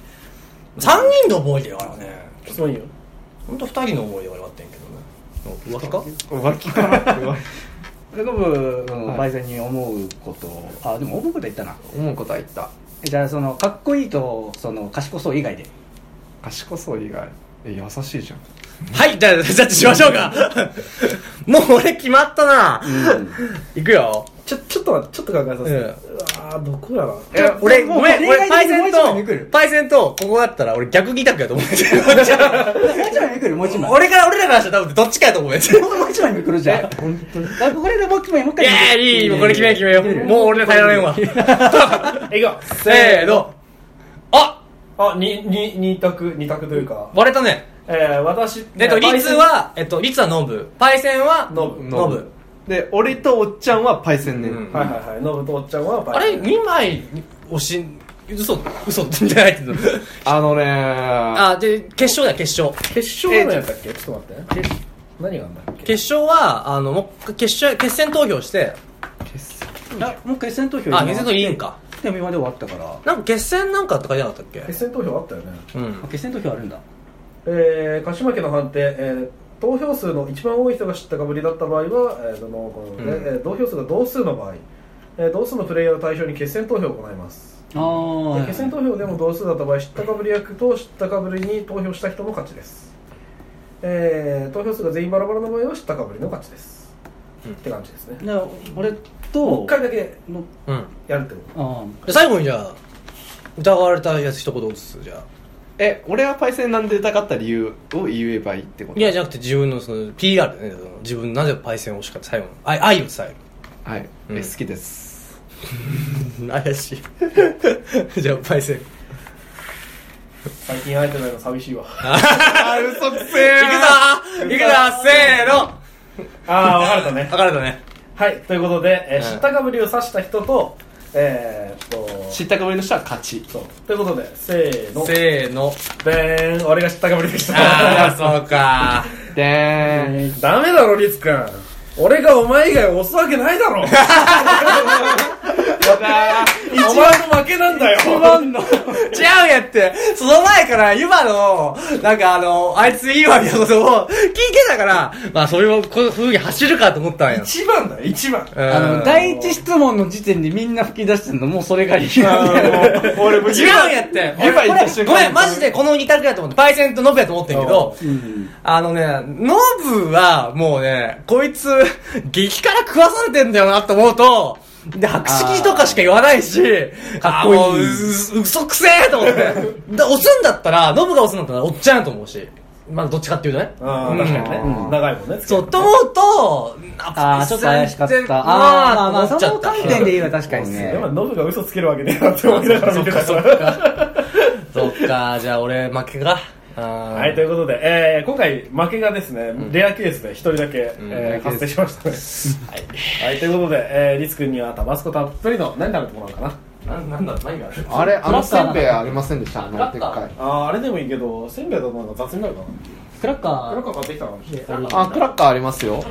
Speaker 2: 3人の思い出だからね。
Speaker 1: 質問いいよ
Speaker 2: ほんと2人の思い出があってんけどね。浮気か
Speaker 5: [LAUGHS] 浮気かな
Speaker 3: ノブのバイセンに思うことあでも思うこと言ったな
Speaker 5: 思うことは言った
Speaker 3: じゃあそのかっこいいとその賢そう以外で
Speaker 5: 賢そう以外え優しいじゃん
Speaker 2: はい、じゃあ、ジャッジしましょうか。もう俺決まったな。
Speaker 3: [LAUGHS]
Speaker 2: いくよ。
Speaker 1: ちょちょっと待ってちょっと考えさせて、うわーどこやら
Speaker 2: え俺、ごめん、
Speaker 3: もう
Speaker 2: 俺、パイセン
Speaker 3: もう一枚めくる
Speaker 2: と、パイセンと、ここだったら俺逆二択やと思ってる。
Speaker 3: もう一枚めくるもう一枚
Speaker 2: 俺から、俺らからしたら多分どっちかやと思ってる。
Speaker 3: [LAUGHS] もう一枚めくるじゃん本当にこれでもう一枚もう一
Speaker 2: い
Speaker 3: 回
Speaker 2: やーいい、もうこれ決めよう決めよう。もう俺で耐えられんわ。
Speaker 1: えいくよ
Speaker 2: せーの。あ
Speaker 1: あにに二択二択というか
Speaker 2: 割れたね。
Speaker 1: えー、私
Speaker 2: えっと、リツは、えっと、リツはノブ。パイセンは、
Speaker 1: ノブ
Speaker 2: ノブ。
Speaker 5: で俺とおっちゃんはパイセンね
Speaker 7: ん
Speaker 1: はいはいはいノブとおっちゃんはバ
Speaker 2: あれ、二枚、押し、嘘、嘘ってんじゃないけど。
Speaker 5: あのね
Speaker 2: あ、で、決勝だ、決勝。
Speaker 1: 決勝のやつだっけちょっと待って何があんだっけ
Speaker 2: 決勝は、あの、もう、決勝、決選投票して、
Speaker 3: あもう一回戦闘票
Speaker 2: あ、決選投票いいんか。
Speaker 3: 闇まで終わったから
Speaker 2: なんか決戦なんかとか言いなかったっ
Speaker 1: 決選投票あったよね
Speaker 2: けうん。
Speaker 3: 決選投票あるんだ
Speaker 1: えー、鹿島家の判定、えー、投票数の一番多い人が知ったかぶりだった場合は、えーそのこのねえー同票数が同数の場合、えー同数のプレイヤーを対象に決選投票を行います、
Speaker 3: ああ
Speaker 1: で決選投票でも同数だった場合知ったかぶり役と知ったかぶりに投票した人の勝ちです、えー投票数が全員バラバラの場合は知ったかぶりの勝ちです、って感じですね
Speaker 3: だから俺
Speaker 1: もう
Speaker 3: と
Speaker 1: 一回だけ
Speaker 3: の
Speaker 2: うん。
Speaker 1: やるってこと
Speaker 3: あ
Speaker 2: で最後にじゃあ、疑われたやつ一言ずつ、じゃあ。
Speaker 5: え俺はパイセンなんで疑った理由を言えばいいってこと
Speaker 2: いや、じゃなくて自分のその PR でね、その自分なぜパイセンをしかった最後の愛愛を伝え
Speaker 5: はい、
Speaker 2: うん
Speaker 5: え好きです
Speaker 2: る。 [LAUGHS] 怪しい。 [LAUGHS] じゃあ、パイセン。
Speaker 1: 最近会えてないの寂しい [LAUGHS] わ
Speaker 5: あ嘘くせえ
Speaker 2: 行くぞ行くぞせーの
Speaker 1: ああ分かれたね
Speaker 2: 分かれたね。
Speaker 1: はいということで、えー知ったかぶりを指した人とえー、っと
Speaker 5: 知ったかぶりの人は勝ち
Speaker 1: そうということでせーの
Speaker 2: せーの。
Speaker 1: でーん俺が知ったかぶりでした
Speaker 2: ああ、そうか。
Speaker 5: でー
Speaker 1: [LAUGHS]
Speaker 5: ん
Speaker 1: ダメだろリツくん俺がお前以外押すわけないだろ [LAUGHS] お前の負けなんだよ
Speaker 2: 違うやって、その前から、今の、なんかあの、あいついいわみたいなことを聞いてたから、まあ、それをこういう風に走るかと思ったんや。
Speaker 1: 一番だよ一番
Speaker 2: うん
Speaker 3: あの第一質問の時点でみんな吹き出してるのもうそれが理由
Speaker 5: [LAUGHS] 俺も
Speaker 2: 違うんやって。
Speaker 5: 言えば言った瞬間
Speaker 2: ごめん、マジでこの二択やと思って、パイセンとノブやと思ってんけど、あのね、ノブはもうね、こいつ、激辛食わされてんだよなと思うと、で、白色とかしか言わないし、
Speaker 3: かっこいい
Speaker 2: あもう、う嘘くせえと思っ
Speaker 3: [LAUGHS]
Speaker 2: て。で押すんだったら、ノブが押すんだったら、おっちゃんやと思うし。まあ、どっちかっていうとね。
Speaker 1: あ
Speaker 2: う
Speaker 1: あ
Speaker 2: ん
Speaker 1: 確かにね、
Speaker 3: うん
Speaker 1: 長いもんね
Speaker 2: そう、と思うと、
Speaker 3: ああちょっと怪しかった
Speaker 2: ま
Speaker 3: ああま
Speaker 2: あ、
Speaker 3: あまあ
Speaker 2: なっち
Speaker 3: そ
Speaker 2: ゃ
Speaker 3: の
Speaker 2: った
Speaker 3: 観点で言えば確かにね
Speaker 1: やっぱノブが嘘つけるわけねえなって思いながら見てたから
Speaker 2: [LAUGHS] そっか、じゃあ俺、負けか。は
Speaker 1: [LAUGHS] はい、ということで、えー今回負けがですね、レアケースで一人だけ、えー発生しましたね。 [LAUGHS] はい、ということで、えー、リツ君にはタバスコたっぷりの、何食べてもらおうかな。
Speaker 2: なんなんだ、何がある
Speaker 5: あれあのせんべいありませんでしたあのでっかい
Speaker 1: あーあれでもいいけど、せんべいだとなんか雑になるかな。
Speaker 3: クラッ
Speaker 1: 黒
Speaker 3: カ
Speaker 1: 川買ってきたの
Speaker 5: あクラッカーありますよ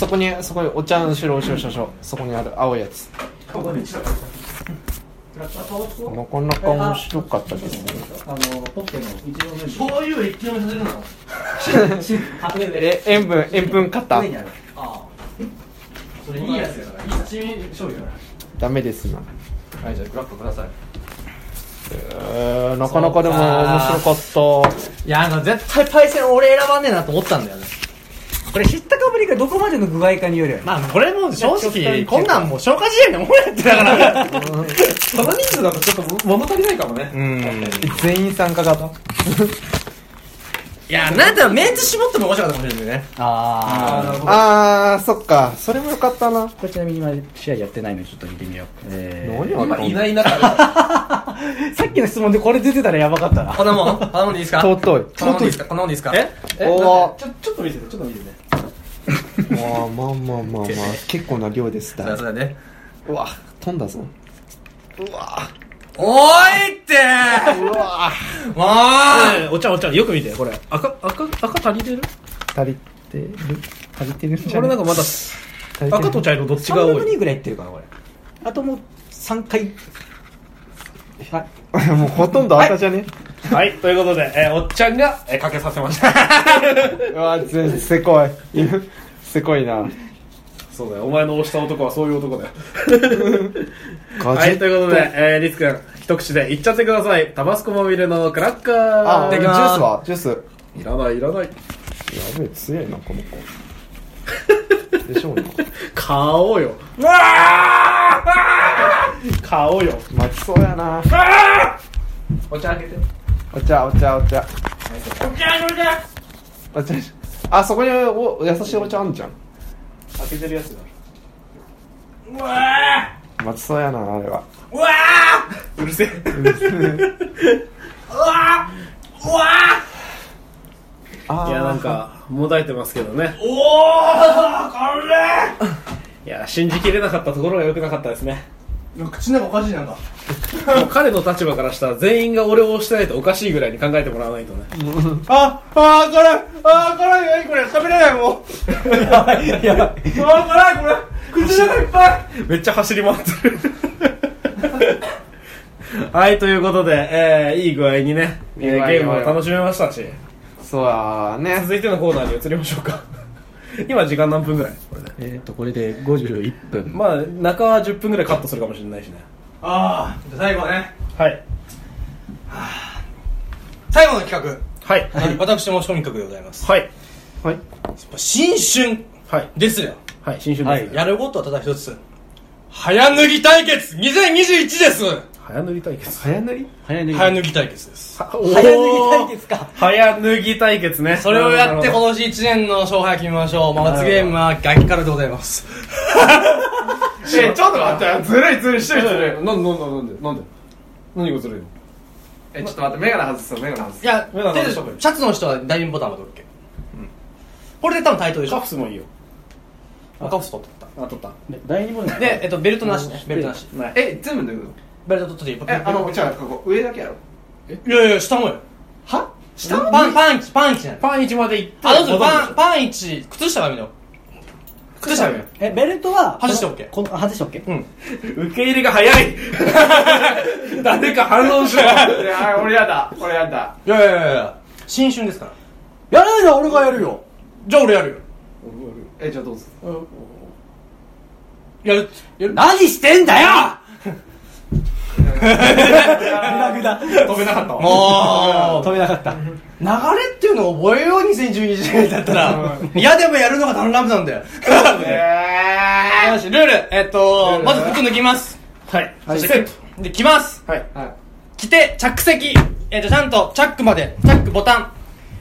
Speaker 5: そこにそこにお茶の後ろ後ろ後ろそこにある青いやつなかなか面白かったですね
Speaker 3: ーあのポッケの一応全
Speaker 2: こういう一気飲みさせるの
Speaker 5: え塩分塩分カッター
Speaker 3: ある
Speaker 2: それいいやつやから一味醤油やか
Speaker 5: ダメですな
Speaker 2: らはいじゃあクラップください
Speaker 5: えー、なかなかでも面白かった
Speaker 2: いやなんか絶対パイセン俺選ばねえなと思ったんだよね
Speaker 3: これ知ったかぶりがどこまでの具合かによるよね
Speaker 2: まあこれもう正直こんなんもう消化試合でもんやってたから
Speaker 1: その人数だとちょっと物足りないかもね。
Speaker 5: 全員参加型
Speaker 2: いやなんだメンツ絞っても面白かったかもしれないね
Speaker 3: ああ
Speaker 5: あーそっかそれもよかったな
Speaker 3: これちなみに今試合やってないのでちょっと見てみよう、え
Speaker 5: 何あ
Speaker 1: いない中
Speaker 3: ー、さっきの質問でこれ出てたらやばかった
Speaker 2: [LAUGHS]
Speaker 3: な
Speaker 2: こんなもんこんなもんでいいですか
Speaker 5: 尊
Speaker 2: こ
Speaker 5: い
Speaker 2: んなもんでいいですかこんなもんでいいですかえ
Speaker 1: で。
Speaker 5: おー
Speaker 1: なんでちょ、ちょっと見せて、ちょっと見せて。
Speaker 5: まあまあまあまあまあ結構な量です
Speaker 2: そう
Speaker 5: だ
Speaker 2: だそうだね
Speaker 5: うわ飛んだぞ [LAUGHS]
Speaker 2: おーいってーうわもう
Speaker 1: お茶お茶、よく見て、これ。赤、赤、赤足りてる
Speaker 5: 足りてる足りてるんじゃ
Speaker 1: これ
Speaker 5: な
Speaker 1: ないんかまだ、赤と茶色どっちが多
Speaker 3: 3分の
Speaker 1: い
Speaker 3: 2ぐらいいってるからこれあともう3回はい
Speaker 5: もうほとんど赤じゃね
Speaker 1: はい、ということで、えーおっちゃんが、えーかけさせ
Speaker 2: [LAUGHS]
Speaker 1: ました。
Speaker 5: うわ全然せこいせこいな
Speaker 1: そうだよ、お前の押した男はそういう男 [LAUGHS] だよ。
Speaker 5: ガ
Speaker 1: は
Speaker 5: ジ
Speaker 1: い、
Speaker 5: ェ
Speaker 1: ということで、えー、リツくん、一口でいっちゃってください。タバスコまみれのクラッカ
Speaker 5: あ
Speaker 1: ー。
Speaker 5: ジュースはジュース
Speaker 1: いらない、いらない。
Speaker 5: やべえ強いなこの子でしょうな
Speaker 1: 買おうよ。 [LAUGHS] 買おうよ。
Speaker 5: 待ちそうやな
Speaker 1: お茶あげて。
Speaker 5: お茶お茶お茶お茶お茶あそこにお優しいお茶あんじゃん
Speaker 1: 開けてるやつだ。
Speaker 5: 待ちそうやなあれは
Speaker 1: うるせえ。
Speaker 5: あー
Speaker 1: いや、なんか、もだえてますけどね。おおこ [LAUGHS] れいや、信じきれなかったところが良くなかったですね。
Speaker 2: 口の中おかしいなんか
Speaker 1: [LAUGHS] もう彼の立場からしたら全員が俺を押してないとおかしいぐらいに考えてもらわないとね。
Speaker 5: [LAUGHS] ああーこれあーこれえこれ喋れないもん
Speaker 1: [LAUGHS]
Speaker 5: [LAUGHS] [LAUGHS]
Speaker 1: めっちゃ走り回ってるはい、ということで、えー、いい具合にね、えー
Speaker 5: いい具合に
Speaker 1: ゲームを楽しめましたし、
Speaker 5: そうやね
Speaker 1: 続いてのコーナーに移りましょうか。 [LAUGHS] 今時間何分ぐらいこれで。
Speaker 3: えっと、これで51分。
Speaker 1: まあ、中は10分ぐらいカットするかもしれないしね。
Speaker 8: ああ、じゃあ最後ね。
Speaker 1: はい。
Speaker 2: 最後の企
Speaker 1: はい。
Speaker 2: 画、私申し込み企画でございます
Speaker 1: はい。
Speaker 2: 新春
Speaker 1: はい。
Speaker 2: ですよ
Speaker 1: はい。新春ですね。
Speaker 2: やることはただ一つ早脱ぎ対決2021です
Speaker 1: 早塗り対決。
Speaker 5: 早塗り
Speaker 3: 早脱ぎ。
Speaker 2: 早脱ぎ対決です
Speaker 1: 早脱ぎ
Speaker 3: 早脱ぎ対決か。
Speaker 1: 早脱ぎ対決ね。
Speaker 2: それをやって
Speaker 1: なるほ
Speaker 2: 今年1年の勝敗決めましょう罰ゲームはガキからでございます
Speaker 5: えちょっと待ってずるいずるい一人ずるいなんでなんでなんでなんで何がずるいのえちょっと待って眼鏡外すよ眼鏡外
Speaker 2: いや、
Speaker 1: メガネ
Speaker 2: 手でシャツの人は第二ボタンまで取るっけ。これで多分対等で
Speaker 1: ど
Speaker 2: し
Speaker 1: カ
Speaker 2: ょ
Speaker 1: フスもいいよ。
Speaker 2: カフス取った。
Speaker 1: あ、取った。
Speaker 3: で第二問題
Speaker 2: で、えっと、ベルトなしね。ベルトなし。
Speaker 1: ない。
Speaker 5: すえ全部脱ぐの
Speaker 2: ベルト取っていい
Speaker 5: えあのじゃあここ上だけやろ
Speaker 2: いやいや、下もよ。
Speaker 5: は下
Speaker 2: 下パン、パンチ、パンチじゃない。
Speaker 1: パン1まで行って、
Speaker 2: あ、どうする
Speaker 1: 戻る
Speaker 2: パン、パン一、靴下が見ろ。靴下が見ろ。
Speaker 3: え、ベルトは、
Speaker 2: 外して OK
Speaker 3: この、あ外して OK?
Speaker 1: 受け入れが早い誰か反論しろ
Speaker 5: いや俺やだ俺やだ
Speaker 2: いやいやいや新春ですから。
Speaker 3: やらないじゃん、俺がやるよ。
Speaker 2: じゃあ俺やるよ。
Speaker 5: えじゃあどうぞ
Speaker 2: やるっつ。やる
Speaker 3: 何してんだよグダグダ。
Speaker 5: 飛べなかったわ
Speaker 2: も
Speaker 3: 止めなかった。
Speaker 2: う、流れっていうのを覚えよう、2012年だったら。嫌でもやるのがダンラムなんだよ。よし、ルール。えっと、まず服脱ぎます。
Speaker 1: はい。
Speaker 2: そしてで、着ます。
Speaker 1: はい。
Speaker 2: 着て、着席。えっ、と、ちゃんと、チャックまで、チャック、ボタン。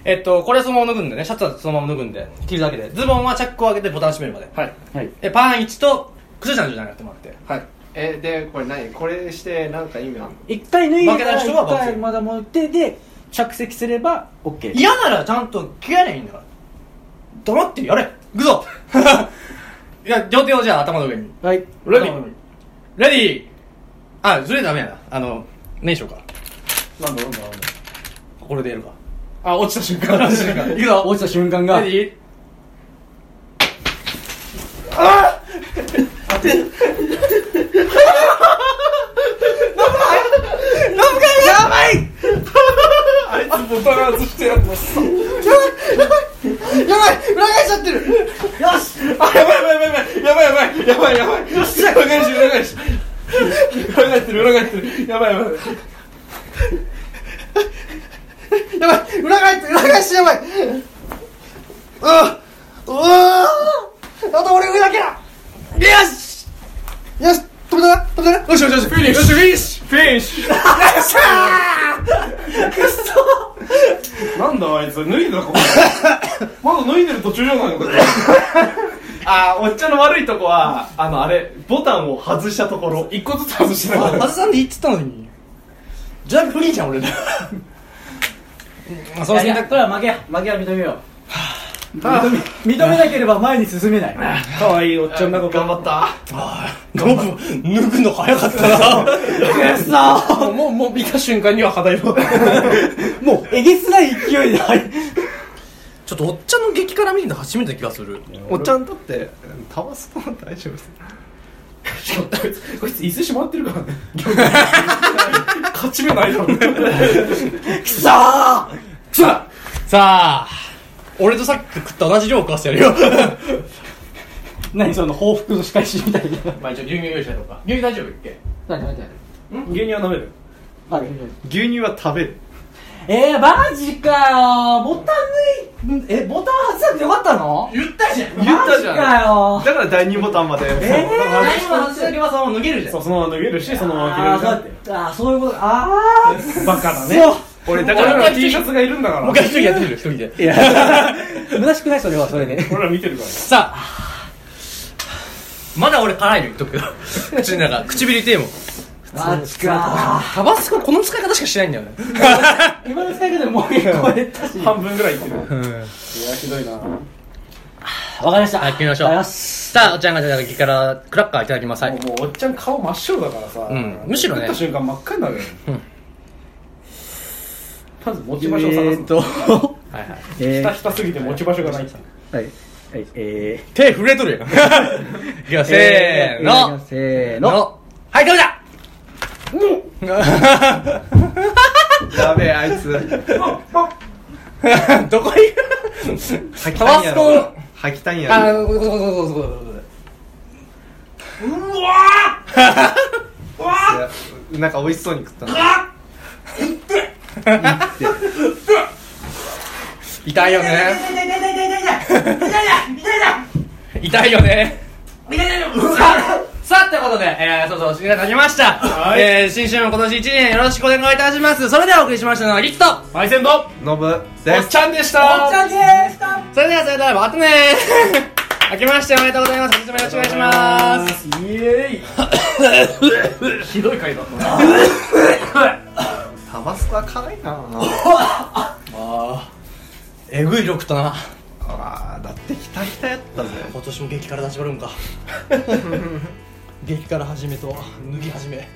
Speaker 2: えっ、と、これはそのまま脱ぐんでね、シャツはそのまま脱ぐんで、着るだけで。ズボンはチャックを開けて、ボタン閉めるまで。
Speaker 1: はい。
Speaker 3: はい。
Speaker 2: え、パン1と、靴下の順番にやってもらって。
Speaker 1: はい。
Speaker 5: えでこれ何これしてなんか意味あんの
Speaker 3: 一回脱い
Speaker 2: 負け
Speaker 3: だ
Speaker 2: た
Speaker 3: ら、
Speaker 2: 人
Speaker 3: 一
Speaker 2: は罰
Speaker 3: 回まだ持って、で、着席すれば OK。
Speaker 2: 嫌なら、ちゃんと着替えりゃいいんだから。黙ってやれ。行くぞ。 [LAUGHS] いや、両手をじゃあ頭の上に。
Speaker 3: はい。
Speaker 2: レディー。レディー。あ、ずれダメやな。あの、年少か。
Speaker 1: なんだなんだなんだ。
Speaker 2: これでやるか。
Speaker 1: あ、落ちた瞬間。
Speaker 2: [LAUGHS] 落ちた瞬
Speaker 1: [LAUGHS]
Speaker 2: 間
Speaker 3: いくぞ落ちた瞬間が。
Speaker 2: レディー。
Speaker 1: なんだあいつ、脱いでたかこれまだ脱いでる途中じゃないのか
Speaker 5: あーおっちゃんの悪いとこはあのあれボタンを外したところ
Speaker 1: 一個ずつ外してなかった。
Speaker 2: あずさんで言ってたのに。じゃあフリーじゃん、俺ら。あ、その
Speaker 3: い
Speaker 2: 選
Speaker 3: やいや
Speaker 2: 択
Speaker 3: これは負けや。負けは認めよう。認め認めなければ前に進めない。
Speaker 1: かわいいおっちゃんだこと。
Speaker 5: 頑張った
Speaker 2: ノブ、脱ぐの早かったな。
Speaker 1: もう、もう、もう見た瞬間には肌色。
Speaker 3: もう、えげつない勢いで入る。
Speaker 2: ちょっとおっちゃんの激辛見るの初めてな気がする。
Speaker 5: おっちゃんだってタバスコは大丈夫です
Speaker 1: こいつ椅子しまってるからね。勝ち目ないだろ。
Speaker 2: さあ、俺とさっき食った同じ量を食わせてやるよ。
Speaker 3: 何その報復の仕返しみたいな。
Speaker 2: まあ一応牛乳用意したりとか。牛乳大丈夫いっけ
Speaker 3: 何何何
Speaker 1: 牛乳は飲める
Speaker 3: あ
Speaker 5: 牛乳は食べる
Speaker 3: えー、マジかよボタン脱い、んえ、ボタン外さなくてよかったの
Speaker 2: 言ったじゃん
Speaker 5: 言ったじゃ
Speaker 3: マ
Speaker 5: ん
Speaker 3: ジかよ
Speaker 5: だから第2ボタンまで
Speaker 3: えー、
Speaker 2: 何も外しておけばそのまま脱げるじゃん
Speaker 1: そう、そのまま脱げるし、そのまま
Speaker 3: あ
Speaker 1: 着
Speaker 3: ーそう
Speaker 1: れ
Speaker 3: や
Speaker 1: るし。
Speaker 3: ってあーそういうことあー
Speaker 1: バカだね。
Speaker 3: そ
Speaker 5: 俺だ
Speaker 1: だか
Speaker 5: から
Speaker 1: ら
Speaker 5: 俺
Speaker 1: T シャツが [LAUGHS] いるんだから。
Speaker 2: もう一回一人やってみる、一人で。
Speaker 3: ういや虚しくないそれはそれで
Speaker 1: 俺ら見てるから。
Speaker 2: さあ、まだ俺辛いの言っとくけど。口の中、唇痛いもん。
Speaker 3: マジか
Speaker 2: タバスコこの使い方しかしないんだよね。
Speaker 3: ー今の使い方でもう結構減ったし
Speaker 1: 半分ぐらいいってる。
Speaker 3: わかりました
Speaker 2: はい決めましょう
Speaker 3: わかります
Speaker 2: さあ、おっちゃんがいただきから、クラッカーいただきます。はい。
Speaker 1: もうおっちゃん顔真っ白だからさ、
Speaker 2: うんむしろね
Speaker 1: 食った瞬間真っ赤になるよ、まず持
Speaker 3: え
Speaker 1: ち場所を探す
Speaker 3: ーっ
Speaker 1: の、
Speaker 3: と
Speaker 2: はいはい。
Speaker 1: ひ
Speaker 3: え
Speaker 1: たひたすぎて持ち場所がない
Speaker 3: ーはいはいえ
Speaker 2: 手震えとるやん。いきま
Speaker 3: ー
Speaker 2: すせー
Speaker 3: え
Speaker 2: の。
Speaker 3: せーの
Speaker 2: の。はい、食べた
Speaker 1: もう
Speaker 5: やべえ、あいつ。
Speaker 2: どこ行く
Speaker 5: 吐
Speaker 2: タ
Speaker 5: きた
Speaker 2: バ
Speaker 5: んや
Speaker 2: ス
Speaker 5: ろ。
Speaker 2: コ
Speaker 5: 吐きたんや
Speaker 2: あ
Speaker 5: ろ。
Speaker 2: そうそうそうそうそうそう
Speaker 5: いやなんか美味しそうに食ったの。
Speaker 2: 痛いよね痛いよねさあ、ということで、えー、そうそう、お知らせが立ちました。えー、新春も今年1年よろしくお願いいたします。それではお送りしましたのは、リット
Speaker 9: パイセンと
Speaker 5: ノブ
Speaker 9: お
Speaker 5: で
Speaker 9: っ
Speaker 5: す。
Speaker 9: ちゃんでした
Speaker 2: それでは、それでは、またねー明けましておめでとうございます。今年もよろしくお願いします。
Speaker 1: イエ
Speaker 9: ひどい回だったな
Speaker 5: タバスコは辛いな
Speaker 2: えぐい力とな。
Speaker 5: あーだってひたひたやったぜ。
Speaker 2: 今年も激辛出しまるんか [LAUGHS] 激辛始めと脱ぎ始め